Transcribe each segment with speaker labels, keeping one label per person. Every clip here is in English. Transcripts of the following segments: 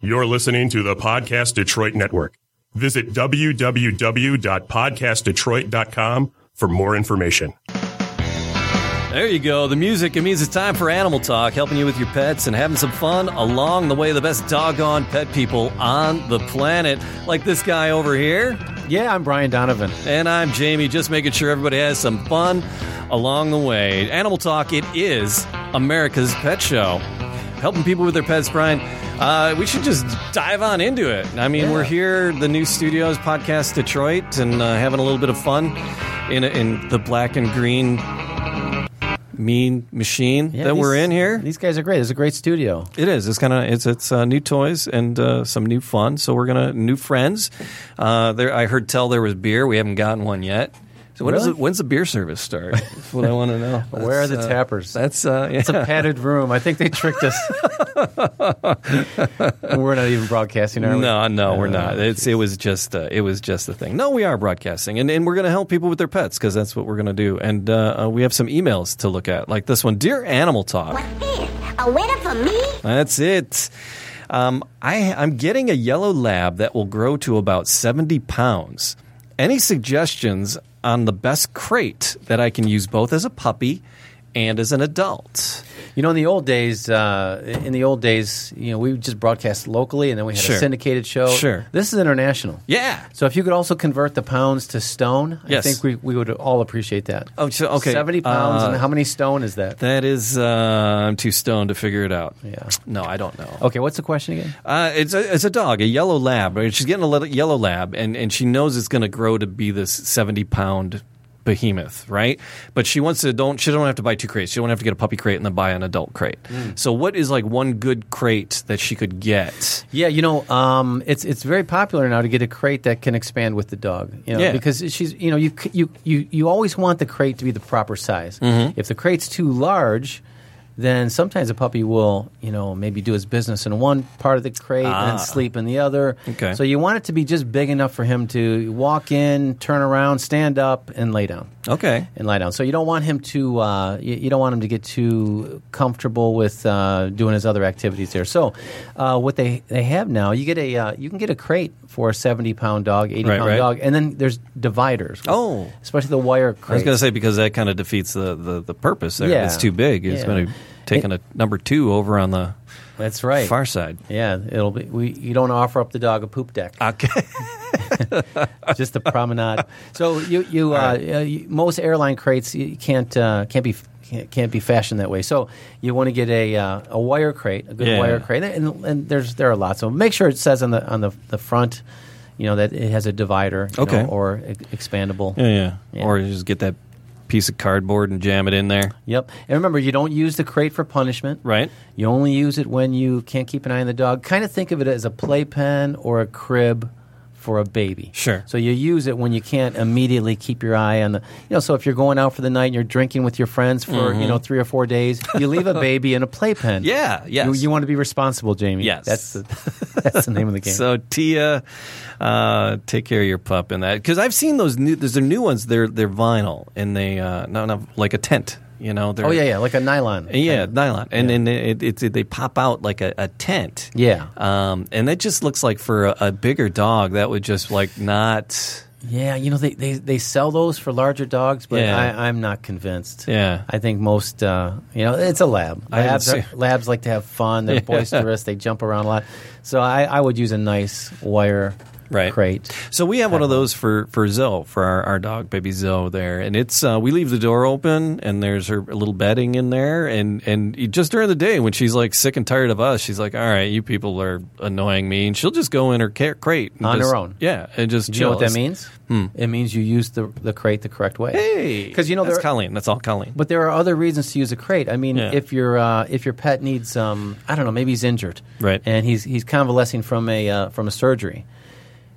Speaker 1: You're listening to the Podcast Detroit Network. Visit www.podcastdetroit.com for more information.
Speaker 2: There you go, the music. It means it's time for Animal Talk, helping you with your pets and having some fun along the way. The best doggone pet people on the planet, like this guy over here.
Speaker 3: Yeah, I'm Brian Donovan.
Speaker 2: And I'm Jamie, just making sure everybody has some fun along the way. Animal Talk, it is America's Pet Show. Helping people with their pets, Brian. Uh, we should just dive on into it. I mean, we're here, the new studios, Podcast Detroit, and uh, having a little bit of fun in, in the black and green mean machine
Speaker 3: Yeah,
Speaker 2: that
Speaker 3: these-
Speaker 2: we're in here.
Speaker 3: These guys are great. It's a great studio.
Speaker 2: It is. It's kind of it's it's uh, new toys and uh, some new fun. So we're gonna new friends. Uh, there, I heard tell there was beer. We haven't gotten one yet. So when does
Speaker 3: Really?
Speaker 2: it, when's the beer service start? That's what I want to know.
Speaker 3: Where are
Speaker 2: That's,
Speaker 3: the
Speaker 2: uh,
Speaker 3: tappers?
Speaker 2: That's uh, yeah.
Speaker 3: It's a padded room. I think they tricked us. We're not even broadcasting, are we?
Speaker 2: no, no, we're
Speaker 3: Uh,
Speaker 2: not. It's it was just uh, it was just a thing. No, we are broadcasting, and, and we're going to help people with their pets because that's what we're going to do. And uh, uh, we have some emails to look at, like this one, dear Animal Talk.
Speaker 4: Here, a winner for me?
Speaker 2: That's it. Um, I, I'm getting a yellow lab that will grow to about 70 pounds. Any suggestions on the best crate that I can use both as a puppy and as an adult?
Speaker 3: You know, in the old days, uh, in the old days, you know, we would just broadcast locally, and then we had
Speaker 2: Sure.
Speaker 3: a syndicated show.
Speaker 2: Sure.
Speaker 3: This is international.
Speaker 2: Yeah.
Speaker 3: So if you could also convert the pounds to stone,
Speaker 2: Yes.
Speaker 3: I think we, we would all appreciate that.
Speaker 2: Oh, so- okay.
Speaker 3: Seventy pounds,
Speaker 2: Uh,
Speaker 3: and how many stone is that?
Speaker 2: That is, uh, I'm too stoned to figure it out.
Speaker 3: Yeah.
Speaker 2: No, I don't know.
Speaker 3: Okay, what's the question again?
Speaker 2: Uh, it's a it's a dog, a yellow lab. Right? She's getting a little yellow lab, and, and she knows it's going to grow to be this seventy pound behemoth, right? But she wants to don't she don't have to buy two crates. She don't have to get a puppy crate and then buy an adult crate. So what is like one good crate that she could get?
Speaker 3: Yeah, you know, um, it's it's very popular now to get a crate that can expand with the dog. You know,
Speaker 2: Yeah.
Speaker 3: because she's you know you c- you you you always want the crate to be the proper size.
Speaker 2: Mm-hmm.
Speaker 3: If the crate's too large. Then sometimes a puppy will, you know, maybe do his business in one part of the crate and sleep in the other.
Speaker 2: Ah. Okay.
Speaker 3: So you want it to be just big enough for him to walk in, turn around, stand up, and lay down
Speaker 2: Okay,
Speaker 3: and lie down. So you don't want him to uh, you, you don't want him to get too comfortable with uh, doing his other activities there. So uh, what they they have now, you get a uh, you can get a crate for a seventy pound dog, eighty
Speaker 2: Right,
Speaker 3: pound
Speaker 2: right.
Speaker 3: dog, and then there's dividers.
Speaker 2: Oh.
Speaker 3: especially the wire
Speaker 2: I was
Speaker 3: crate.
Speaker 2: going to say because that kind of defeats the, the, the purpose. There,
Speaker 3: Yeah.
Speaker 2: it's too big. It's
Speaker 3: Yeah.
Speaker 2: going to taking a number two over on the
Speaker 3: That's right.
Speaker 2: far side.
Speaker 3: yeah, it'll be. We, you don't offer up the dog a poop deck,
Speaker 2: Okay.
Speaker 3: just the promenade. So you, you, uh, uh, you most airline crates you can't uh, can't be can't, can't be fashioned that way. So you want to get a uh, a wire crate, a good
Speaker 2: Yeah.
Speaker 3: wire crate, and, and there's there are lots of them. Make sure it says on the on the, the front, you know, that it has a divider, you
Speaker 2: Okay.
Speaker 3: know, or e- expandable.
Speaker 2: yeah, yeah,
Speaker 3: Yeah.
Speaker 2: Or you just get that piece of cardboard and jam it in there.
Speaker 3: Yep. And remember, you don't use the crate for punishment.
Speaker 2: Right.
Speaker 3: You only use it when you can't keep an eye on the dog. Kind of think of it as a playpen or a crib for a baby.
Speaker 2: Sure.
Speaker 3: So you use it when you can't immediately keep your eye on the, you know, so if you're going out for the night and you're drinking with your friends for, you know, three or four days, you leave a baby in a playpen.
Speaker 2: Mm-hmm. Yeah, yes.
Speaker 3: You, you want to be responsible, Jamie.
Speaker 2: Yes.
Speaker 3: That's the, that's the name of the game.
Speaker 2: So Tia, uh, take care of your pup in that because I've seen those new. There's the new ones. They're they're vinyl and they uh, no no like a tent. You know. They're,
Speaker 3: oh, yeah, yeah, like a nylon.
Speaker 2: Yeah, nylon, and and it, it, it, they pop out like a, a tent.
Speaker 3: Yeah.
Speaker 2: um, and that just looks like for a, a bigger dog that would just like not.
Speaker 3: Yeah, you know they, they, they sell those for larger dogs, but
Speaker 2: Yeah.
Speaker 3: I, I'm not convinced.
Speaker 2: Yeah.
Speaker 3: I think most uh, you know it's a lab.
Speaker 2: I haven't
Speaker 3: Labs are,
Speaker 2: seen-
Speaker 3: labs like to have fun. They're boisterous. They jump around a lot. So I, I would use a nice wire
Speaker 2: Right.
Speaker 3: crate.
Speaker 2: So we have one of those for for Zoe, for our, our dog baby Zoe there, and it's uh, we leave the door open and there's her little bedding in there, and and you- just during the day when she's like sick and tired of us, she's like, all right, you people are annoying me, and she'll just go in her ca- crate and
Speaker 3: On her
Speaker 2: just-
Speaker 3: own.
Speaker 2: yeah, and just
Speaker 3: Do you know what that
Speaker 2: chill.
Speaker 3: means? It means you use the the crate the correct way.
Speaker 2: Hmm. Hey,
Speaker 3: 'Cause you know
Speaker 2: that's
Speaker 3: there-
Speaker 2: Colleen, that's all Colleen.
Speaker 3: But there are other reasons to use a crate. I mean,
Speaker 2: Yeah.
Speaker 3: if your uh, if your pet needs, um, I don't know, maybe he's injured,
Speaker 2: Right.
Speaker 3: And he's he's convalescing from a uh, from a surgery.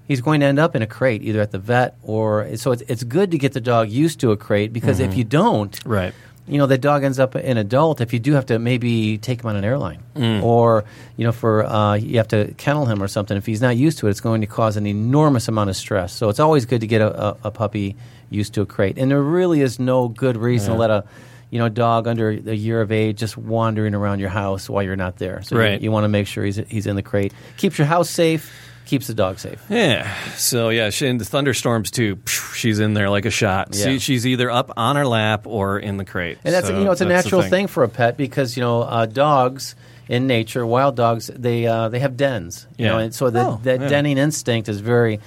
Speaker 3: He's going to end up in a crate, either at the vet or so. It's, it's good to get the dog used to a crate because if
Speaker 2: Mm-hmm.
Speaker 3: you don't,
Speaker 2: Right.
Speaker 3: you know, the dog ends up an adult. If you do have to maybe take him on an airline, or you know, for uh, you have to kennel him or something. If he's not used to it, it's going to cause an enormous amount of stress. So it's always good to get a, a, a puppy used to a crate. And there really is no good reason to let a you know, a dog under a year of age just wandering around your house while you're not there. So you-
Speaker 2: Right.
Speaker 3: you, want to make sure he's he's in the crate. Keeps your house safe. Keeps the dog safe.
Speaker 2: Yeah. So yeah, she, and the thunderstorms too. phew, She's in there like a shot.
Speaker 3: Yeah.
Speaker 2: She, she's either up on her lap or in the crate.
Speaker 3: And that's
Speaker 2: So
Speaker 3: you know it's a
Speaker 2: that's the
Speaker 3: natural thing. for a pet because you know uh, dogs in nature, wild dogs, they uh, they have dens. You
Speaker 2: Yeah.
Speaker 3: know, and so the,
Speaker 2: Oh,
Speaker 3: that
Speaker 2: yeah.
Speaker 3: denning instinct is very,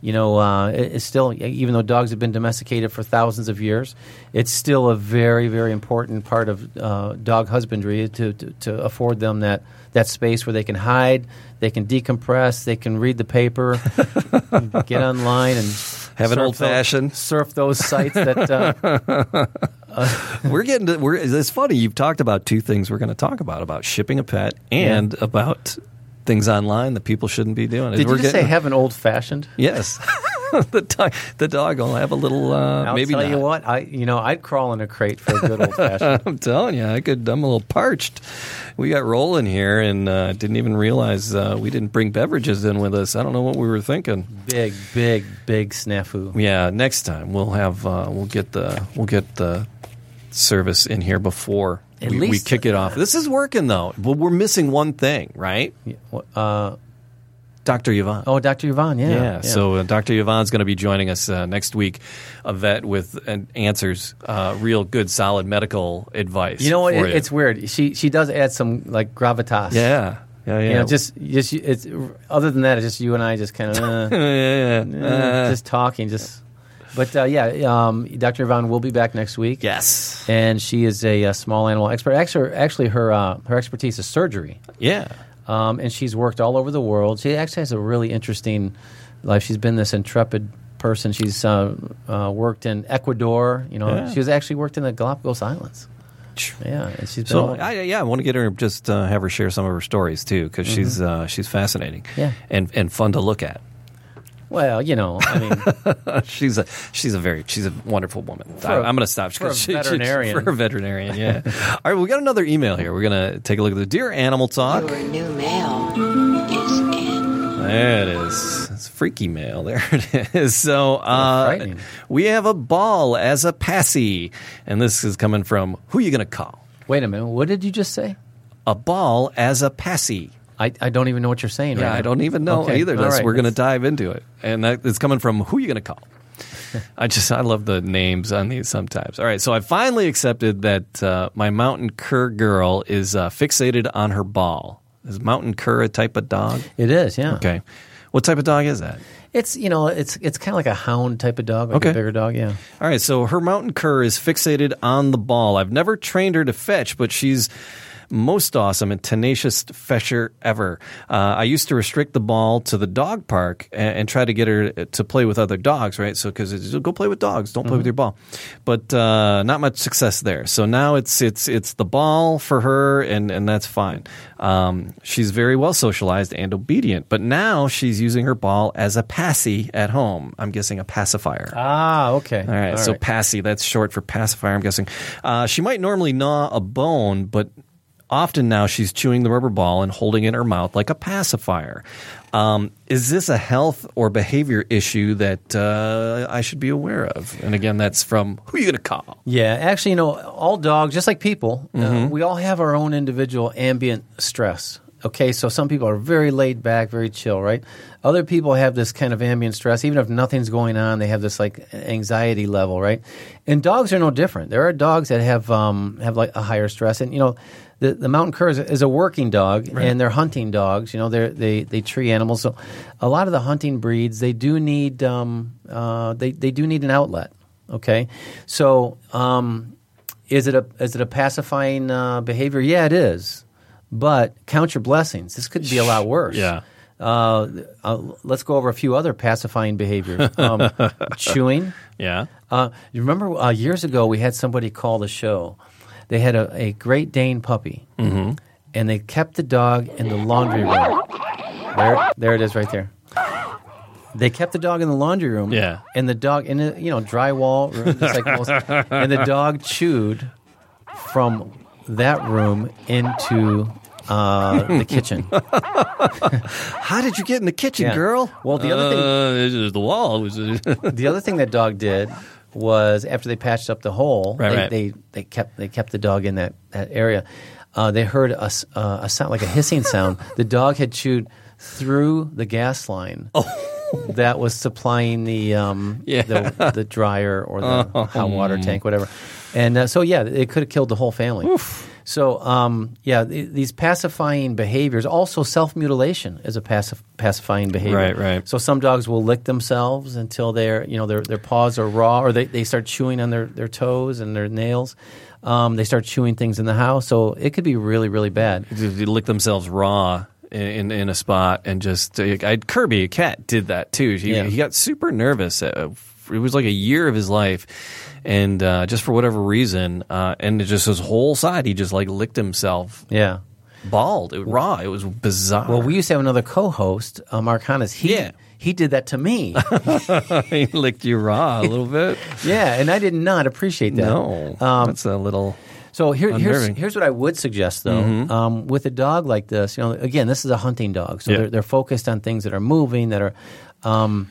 Speaker 3: you know, uh, it- it's still even though dogs have been domesticated for thousands of years, it's still a very very important part of uh, dog husbandry to, to to afford them that that space where they can hide, they can decompress, they can read the paper, get online and.
Speaker 2: Have an
Speaker 3: surf those-
Speaker 2: old-fashioned.
Speaker 3: Surf those sites that uh,
Speaker 2: We're getting to we're it's funny you've talked about two things we're going to talk about about shipping a pet and about things online that people shouldn't be doing.
Speaker 3: Did
Speaker 2: We're
Speaker 3: you just say
Speaker 2: getting-
Speaker 3: have an old fashioned?
Speaker 2: Yes. the dog the dog will have a little uh
Speaker 3: I'll
Speaker 2: maybe
Speaker 3: tell
Speaker 2: not.
Speaker 3: you what, I you know I'd crawl in a crate for a good old fashioned.
Speaker 2: I'm telling you, I could. I'm a little parched. We got rolling here, and uh, didn't even realize uh, we didn't bring beverages in with us. I don't know what we were thinking.
Speaker 3: big, big, big snafu.
Speaker 2: Yeah, next time we'll have uh, we'll get the we'll get the service in here before
Speaker 3: At
Speaker 2: we, we
Speaker 3: least-
Speaker 2: kick it off. This is working though. Well, we're missing one thing, right?
Speaker 3: Uh,
Speaker 2: Dr. Yvonne.
Speaker 3: oh, Doctor Yvonne, yeah,
Speaker 2: Yeah, so uh, Dr. Yvonne's going to be joining us uh, next week, a vet with uh, answers, uh, real good, solid medical advice.
Speaker 3: you know what?
Speaker 2: for
Speaker 3: It, it's weird. She she does add some like gravitas.
Speaker 2: yeah, yeah, yeah.
Speaker 3: You know, just just you- it's other than that, it's just you and I just kind of uh,
Speaker 2: yeah, yeah.
Speaker 3: uh, just talking, just. But uh, yeah, um, Dr. Yvonne will be back next week.
Speaker 2: Yes.
Speaker 3: And she is a, uh small animal expert. Actually, actually her uh, her expertise is surgery.
Speaker 2: Yeah.
Speaker 3: um, and she's worked all over the world. She actually has a really interesting life. She's been this intrepid person. She's uh, uh, worked in Ecuador. You know,
Speaker 2: Yeah.
Speaker 3: she was actually worked in the Galapagos Islands. Yeah, and she's been
Speaker 2: So
Speaker 3: all-
Speaker 2: I, yeah, I want to get her just uh, have her share some of her stories too because she's uh, she's fascinating.
Speaker 3: Mm-hmm. Yeah.
Speaker 2: And and fun to look at.
Speaker 3: well, you know, I mean,
Speaker 2: she's a she's a very she's a wonderful woman. I,
Speaker 3: a-
Speaker 2: I'm going to stop
Speaker 3: for a
Speaker 2: 'cause she- she-
Speaker 3: veterinarian.
Speaker 2: for a veterinarian, yeah. All right, we got another email here. We're going to take a look at the dear animal talk.
Speaker 5: Your new mail is in.
Speaker 2: There it is. It's freaky mail. There it is. So uh,
Speaker 3: frightening.
Speaker 2: we have a ball as a passy, and this is coming from who you going to call?
Speaker 3: wait a minute, what did you just say?
Speaker 2: A ball as a passy.
Speaker 3: I, I don't even know what you're saying.
Speaker 2: Yeah,
Speaker 3: right
Speaker 2: I
Speaker 3: now.
Speaker 2: don't even know
Speaker 3: Okay,
Speaker 2: either.
Speaker 3: all
Speaker 2: That's,
Speaker 3: right.
Speaker 2: We're going to dive into it, and that is coming from who you going to call. I just I love the names on these sometimes. All right, so I finally accepted that uh, my mountain cur girl is uh, fixated on her ball. Is mountain cur a type of dog?
Speaker 3: It is, yeah.
Speaker 2: Okay, what type of dog is that?
Speaker 3: It's you know, it's it's kind of like a hound type of dog, like
Speaker 2: Okay.
Speaker 3: a bigger dog, yeah.
Speaker 2: All right, so her mountain cur is fixated on the ball. I've never trained her to fetch, but she's most awesome and tenacious fetcher ever. Uh, I used to restrict the ball to the dog park and, and try to get her to play with other dogs, right? So because go play with dogs, don't play with your ball. But uh, not much success there. So now it's it's it's the ball for her, and and that's fine. Um, she's very well socialized and obedient, but now she's using her ball as a passy at home. I'm guessing a pacifier.
Speaker 3: Ah, okay.
Speaker 2: All right, so passy, that's short for pacifier, I'm guessing. Uh, she might normally gnaw a bone, but often now she's chewing the rubber ball and holding it in her mouth like a pacifier. Um, is this a health or behavior issue that uh, I should be aware of? And again, that's from who you going to call?
Speaker 3: Yeah, actually, you know, all dogs, just like people, uh, we all have our own individual ambient stress. Okay, so some people are very laid back, very chill, right? Other people have this kind of ambient stress, even if nothing's going on, they have this like anxiety level, right? And dogs are no different. There are dogs that have um, have like a higher stress, and you know, the, the mountain cur is, is a working dog, and they're hunting dogs. You know, they they they tree animals. So a lot of the hunting breeds they do need um, uh, they they do need an outlet. Okay, so um, is it a is it a pacifying uh, behavior? Yeah, it is. But count your blessings. This could be a lot worse.
Speaker 2: Yeah.
Speaker 3: Uh, uh, let's go over a few other pacifying behaviors. Um, chewing.
Speaker 2: Yeah.
Speaker 3: Uh, you remember uh, years ago we had somebody call the show. They had a, a Great Dane puppy, and they kept the dog in the laundry room. There, there it is, right there. They kept the dog in the laundry room.
Speaker 2: Yeah.
Speaker 3: and the dog in a you know drywall room, just like most, and the dog chewed from that room into uh, the kitchen.
Speaker 2: How did you get in the kitchen,
Speaker 3: Yeah.
Speaker 2: girl?
Speaker 3: Well, the other thing-
Speaker 2: Uh, the wall was.
Speaker 3: The other thing that dog did was after they patched up the hole,
Speaker 2: Right,
Speaker 3: they,
Speaker 2: right.
Speaker 3: they they kept they kept the dog in that that area. Uh, they heard a, s- uh, a sound like a hissing sound. The dog had chewed through the gas line. That was supplying the um,
Speaker 2: Oh. Yeah. Oh.
Speaker 3: the, the dryer or the hot water tank, whatever, and uh, so yeah, it could have killed the whole family. So um, yeah, th- these pacifying behaviors, also self mutilation is a pacif- pacifying behavior.
Speaker 2: Right, right.
Speaker 3: So some dogs will lick themselves until their you know their, their paws are raw, or they, they start chewing on their, their toes and their nails. Um, they start chewing things in the house, so it could be really really bad.
Speaker 2: They lick themselves raw in in a spot and just uh, I, Kirby a cat did that too. He,
Speaker 3: Yeah.
Speaker 2: he got super nervous. Uh, It was like a year of his life, and uh, just for whatever reason, uh, and it just his whole side, he just like licked himself
Speaker 3: Yeah.
Speaker 2: bald, it, raw. It was bizarre.
Speaker 3: Well, we used to have another co-host, uh, Mark Hannes. He
Speaker 2: Yeah.
Speaker 3: he did that to me.
Speaker 2: he licked you raw a little bit.
Speaker 3: yeah, and I did not appreciate that. Um,
Speaker 2: No, that's a little.
Speaker 3: So here, here's
Speaker 2: Unnerving. Mm-hmm.
Speaker 3: here's what I would suggest though. Um, with a dog like this, you know, again, this is a hunting dog, so
Speaker 2: Yeah.
Speaker 3: they're, they're focused on things that are moving, that are. Um,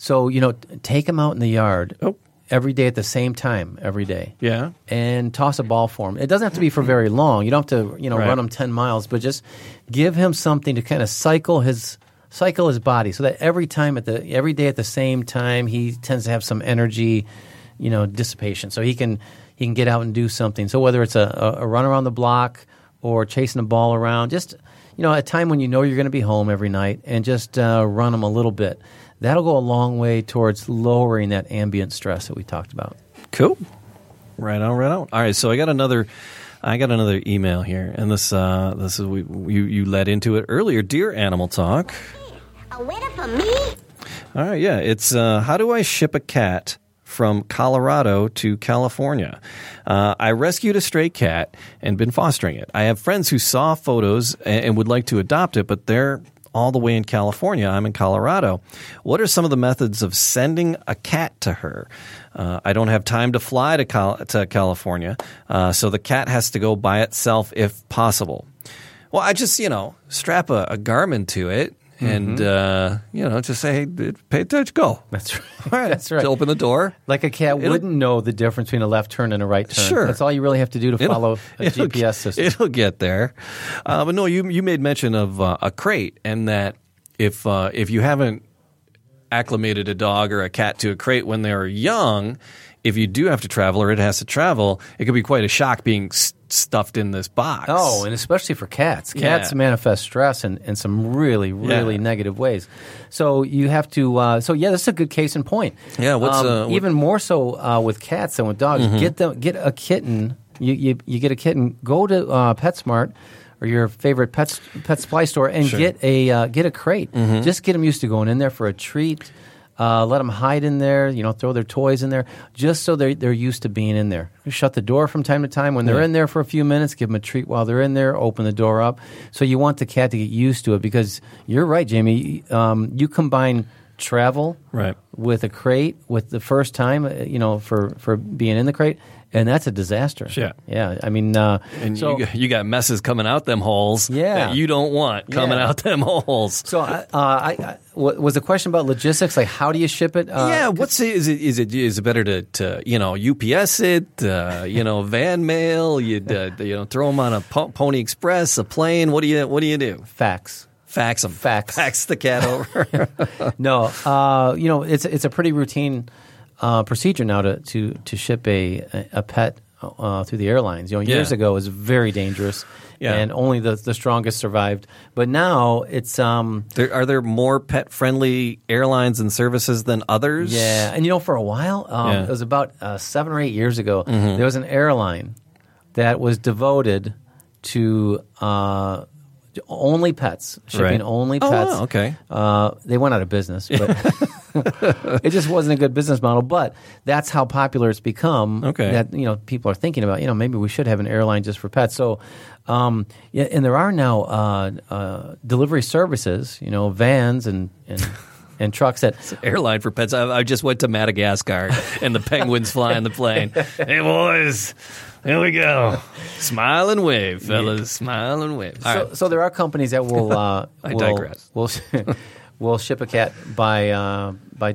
Speaker 3: so you know, t- take them out in the yard
Speaker 2: Oh.
Speaker 3: every day at the same time every day.
Speaker 2: Yeah.
Speaker 3: and toss a ball for him. It doesn't have to be for very long. You don't have to you know
Speaker 2: Right.
Speaker 3: run him ten miles, but just give him something to kind of cycle his cycle his body, so that every time at the every day at the same time, he tends to have some energy, you know, dissipation, so he can he can get out and do something. So whether it's a, a, a run around the block or chasing a ball around, just you know, a time when you know you're going to be home every night, and just uh, run him a little bit. That'll go a long way towards lowering that ambient stress that we talked about.
Speaker 2: Cool. Right on, right on. All right, so I got another I got another email here and this uh this is we you you led into it earlier, dear animal talk.
Speaker 4: A winner for me.
Speaker 2: All right, yeah, it's uh how do I ship a cat from Colorado to California. Uh, I rescued a stray cat and been fostering it. I have friends who saw photos a- and would like to adopt it, but they're all the way in California. I'm in Colorado. What are some of the methods of sending a cat to her? Uh, I don't have time to fly to, Cal- to California, uh, so the cat has to go by itself if possible. Well, I just, you know, strap a, a Garmin to it and, uh, you know, just say, hey, pay attention, go.
Speaker 3: Mm-hmm. That's right.
Speaker 2: All right.
Speaker 3: That's right.
Speaker 2: Just open the door.
Speaker 3: Like a cat
Speaker 2: It'll-
Speaker 3: wouldn't know the difference between a left turn and a right turn.
Speaker 2: Sure.
Speaker 3: That's all you really have to do to
Speaker 2: It'll-
Speaker 3: follow a
Speaker 2: it'll-
Speaker 3: GPS system.
Speaker 2: It'll get there. Uh, but no, you you made mention of uh, a crate and that if uh, if you haven't acclimated a dog or a cat to a crate when they're young, if you do have to travel or it has to travel, it could be quite a shock being s- stuffed in this box.
Speaker 3: oh, and especially for cats. Cats
Speaker 2: Yeah.
Speaker 3: manifest stress in, in some really, really
Speaker 2: Yeah.
Speaker 3: negative ways. So you have to, uh, so yeah, this is a good case in point.
Speaker 2: Yeah, what's,
Speaker 3: Um,
Speaker 2: uh, what-
Speaker 3: Even more so uh, with cats than with dogs. Get, them, get a kitten. You, you, you get a kitten. Go to uh, PetSmart. Or your favorite pet pet supply store, and get a uh, get a crate. Just get them used to going in there for a treat. Uh, let them hide in there. You know, throw their toys in there, just so they're they're used to being in there. Shut the door from time to time when they're in there for a few minutes. Give them a treat while they're in there. Open the door up. So you want the cat to get used to it because you're right, Jamie. Um, you combine travel
Speaker 2: Right.
Speaker 3: with a crate with the first time, uh, you know, for for being in the crate, and that's a disaster.
Speaker 2: Yeah.
Speaker 3: yeah. I mean, uh,
Speaker 2: And
Speaker 3: so,
Speaker 2: you, you got messes coming out them holes
Speaker 3: Yeah.
Speaker 2: that you don't want coming
Speaker 3: Yeah.
Speaker 2: out them holes.
Speaker 3: so I, uh, I, I wa- was the question about logistics, like how do you ship it? Uh,
Speaker 2: yeah, what's it, is it is it is it better to, to you know UPS it uh, you know van mail you uh, you know throw them on a po- Pony Express a plane what do you what do you do
Speaker 3: fax.
Speaker 2: fax them
Speaker 3: Fax.
Speaker 2: fax the cat over
Speaker 3: No, uh, you know, it's it's a pretty routine uh, procedure now to to to ship a a pet. Uh, through the airlines, you know, years
Speaker 2: Yeah.
Speaker 3: ago it was very dangerous,
Speaker 2: Yeah.
Speaker 3: and only the, the strongest survived. But now it's um,
Speaker 2: there, are there more pet friendly airlines and services than others
Speaker 3: Yeah, and you know, for a while, um,
Speaker 2: Yeah. Mm-hmm.
Speaker 3: it was about uh, seven or eight years ago. There was an airline that was devoted to uh, to only pets, shipping
Speaker 2: Right.
Speaker 3: only
Speaker 2: Oh,
Speaker 3: pets.
Speaker 2: wow, okay.
Speaker 3: uh, they went out of business, but it just wasn't a good business model. But that's how popular it's become.
Speaker 2: Okay.
Speaker 3: that you know people are thinking about. You know, maybe we should have an airline just for pets. So. Um, yeah, and there are now uh, uh, delivery services, you know, vans and, and, and trucks that
Speaker 2: airline for pets I, I just went to Madagascar and the penguins flying the plane hey boys here we go smile and wave fellas smile and wave All
Speaker 3: so,
Speaker 2: right.
Speaker 3: so there are companies that will. Uh,
Speaker 2: I
Speaker 3: will,
Speaker 2: digress.
Speaker 3: Will will ship a cat by uh, by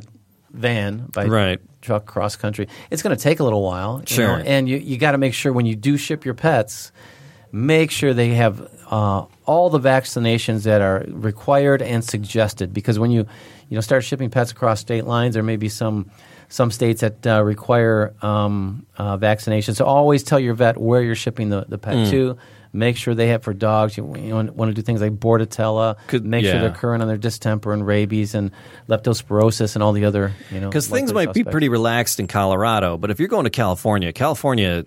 Speaker 3: van by
Speaker 2: Right.
Speaker 3: truck cross country. It's going to take a little while. you
Speaker 2: Sure.
Speaker 3: know, and you, you got to make sure when you do ship your pets, make sure they have uh, all the vaccinations that are required and suggested. Because when you you know start shipping pets across state lines, there may be some some states that uh, require um, uh, vaccinations. So always tell your vet where you're shipping the, the
Speaker 2: Hmm.
Speaker 3: pet to. Make sure they have for dogs. You, you want to do things like bordetella.
Speaker 2: Could-
Speaker 3: make
Speaker 2: yeah.
Speaker 3: sure they're current on their distemper and rabies and leptospirosis and all the other you know
Speaker 2: because things
Speaker 3: likely
Speaker 2: might be
Speaker 3: suspects.
Speaker 2: pretty relaxed in Colorado, but if you're going to California, California,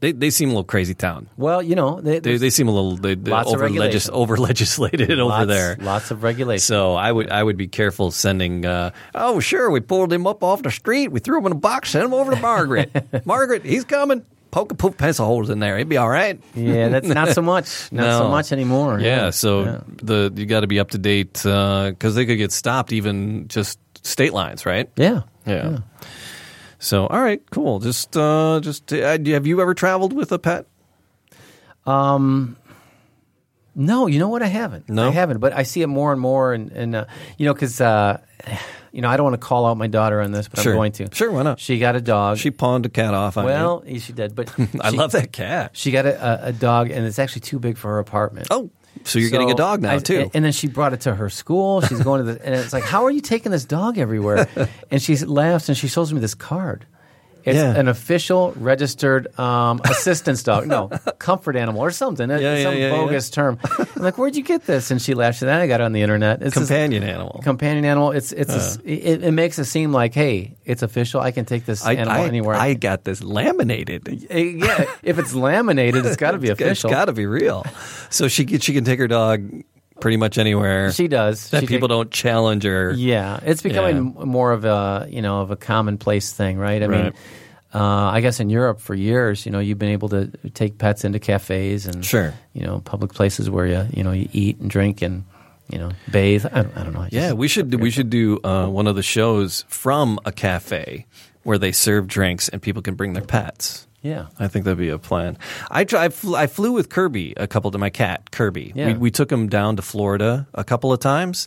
Speaker 2: they, they seem a little crazy town.
Speaker 3: Well, you know, they,
Speaker 2: They, they seem a little they,
Speaker 3: Lots of
Speaker 2: over legis-
Speaker 3: regulation.
Speaker 2: over legislated over
Speaker 3: lots,
Speaker 2: there.
Speaker 3: Lots of regulations.
Speaker 2: So I would I would be careful sending. Uh, oh sure, we pulled him up off the street. We threw him in a box. Sent him over to Margaret. Margaret, he's coming. Poke a poop pencil holes in there. He'd be all right.
Speaker 3: yeah, that's not so much. Not
Speaker 2: No.
Speaker 3: so much anymore.
Speaker 2: Yeah. So
Speaker 3: yeah.
Speaker 2: the you got to be up to date because they could get stopped even just state lines, right?
Speaker 3: yeah.
Speaker 2: Yeah. So all right, cool. Just uh, just uh, have you ever traveled with a pet?
Speaker 3: No, you know what? I haven't.
Speaker 2: No?
Speaker 3: I haven't. But I see it more and more, and, and uh, you know, because uh, you know, I don't want to call out my daughter on this, but
Speaker 2: Sure.
Speaker 3: I'm going to.
Speaker 2: Sure, why not?
Speaker 3: She got a dog.
Speaker 2: She pawned a cat off on
Speaker 3: well, yeah, she did, but
Speaker 2: me. I
Speaker 3: she-
Speaker 2: love that cat.
Speaker 3: She got a, a, a dog, and it's actually too big for her apartment.
Speaker 2: Oh, so you're getting a
Speaker 3: So
Speaker 2: dog now
Speaker 3: I-
Speaker 2: too?
Speaker 3: And then she brought it to her school. She's going to the, and it's like, how are you taking this dog everywhere? and she laughs and she shows me this card. It's
Speaker 2: Yeah.
Speaker 3: an official registered um, assistance dog. No, comfort animal or something. It-
Speaker 2: Yeah, yeah,
Speaker 3: some
Speaker 2: yeah, yeah.
Speaker 3: bogus term. I'm like, where'd you get this? And she laughs. And then I got it on the internet. It's this
Speaker 2: Companion Uh. animal.
Speaker 3: Companion animal. It's it's a s it, it makes it seem like, hey, it's official. I can take this
Speaker 2: I,
Speaker 3: animal
Speaker 2: I,
Speaker 3: anywhere.
Speaker 2: I got this laminated.
Speaker 3: Eh, yeah, if it's laminated, it's got to be
Speaker 2: It's
Speaker 3: official.
Speaker 2: got to be real. So she can- she can take her dog pretty much anywhere.
Speaker 3: She does.
Speaker 2: That
Speaker 3: She
Speaker 2: people
Speaker 3: take-
Speaker 2: don't challenge her.
Speaker 3: Yeah, it's becoming m more of a you know of a commonplace thing, right? I mean,
Speaker 2: Right.
Speaker 3: uh, I guess in Europe for years, you know, you've been able to take pets into cafes and
Speaker 2: Sure.
Speaker 3: you know, public places where you you know you eat and drink and you know bathe. I don't, I don't know. I just-
Speaker 2: Yeah, we should we should do uh, one of the shows from a cafe where they serve drinks and people can bring their pets.
Speaker 3: yeah.
Speaker 2: I think that'd be a plan. I tr- I, fl- I flew with Kirby a couple to my cat Kirby.
Speaker 3: Yeah.
Speaker 2: We, we took him down to Florida a couple of times,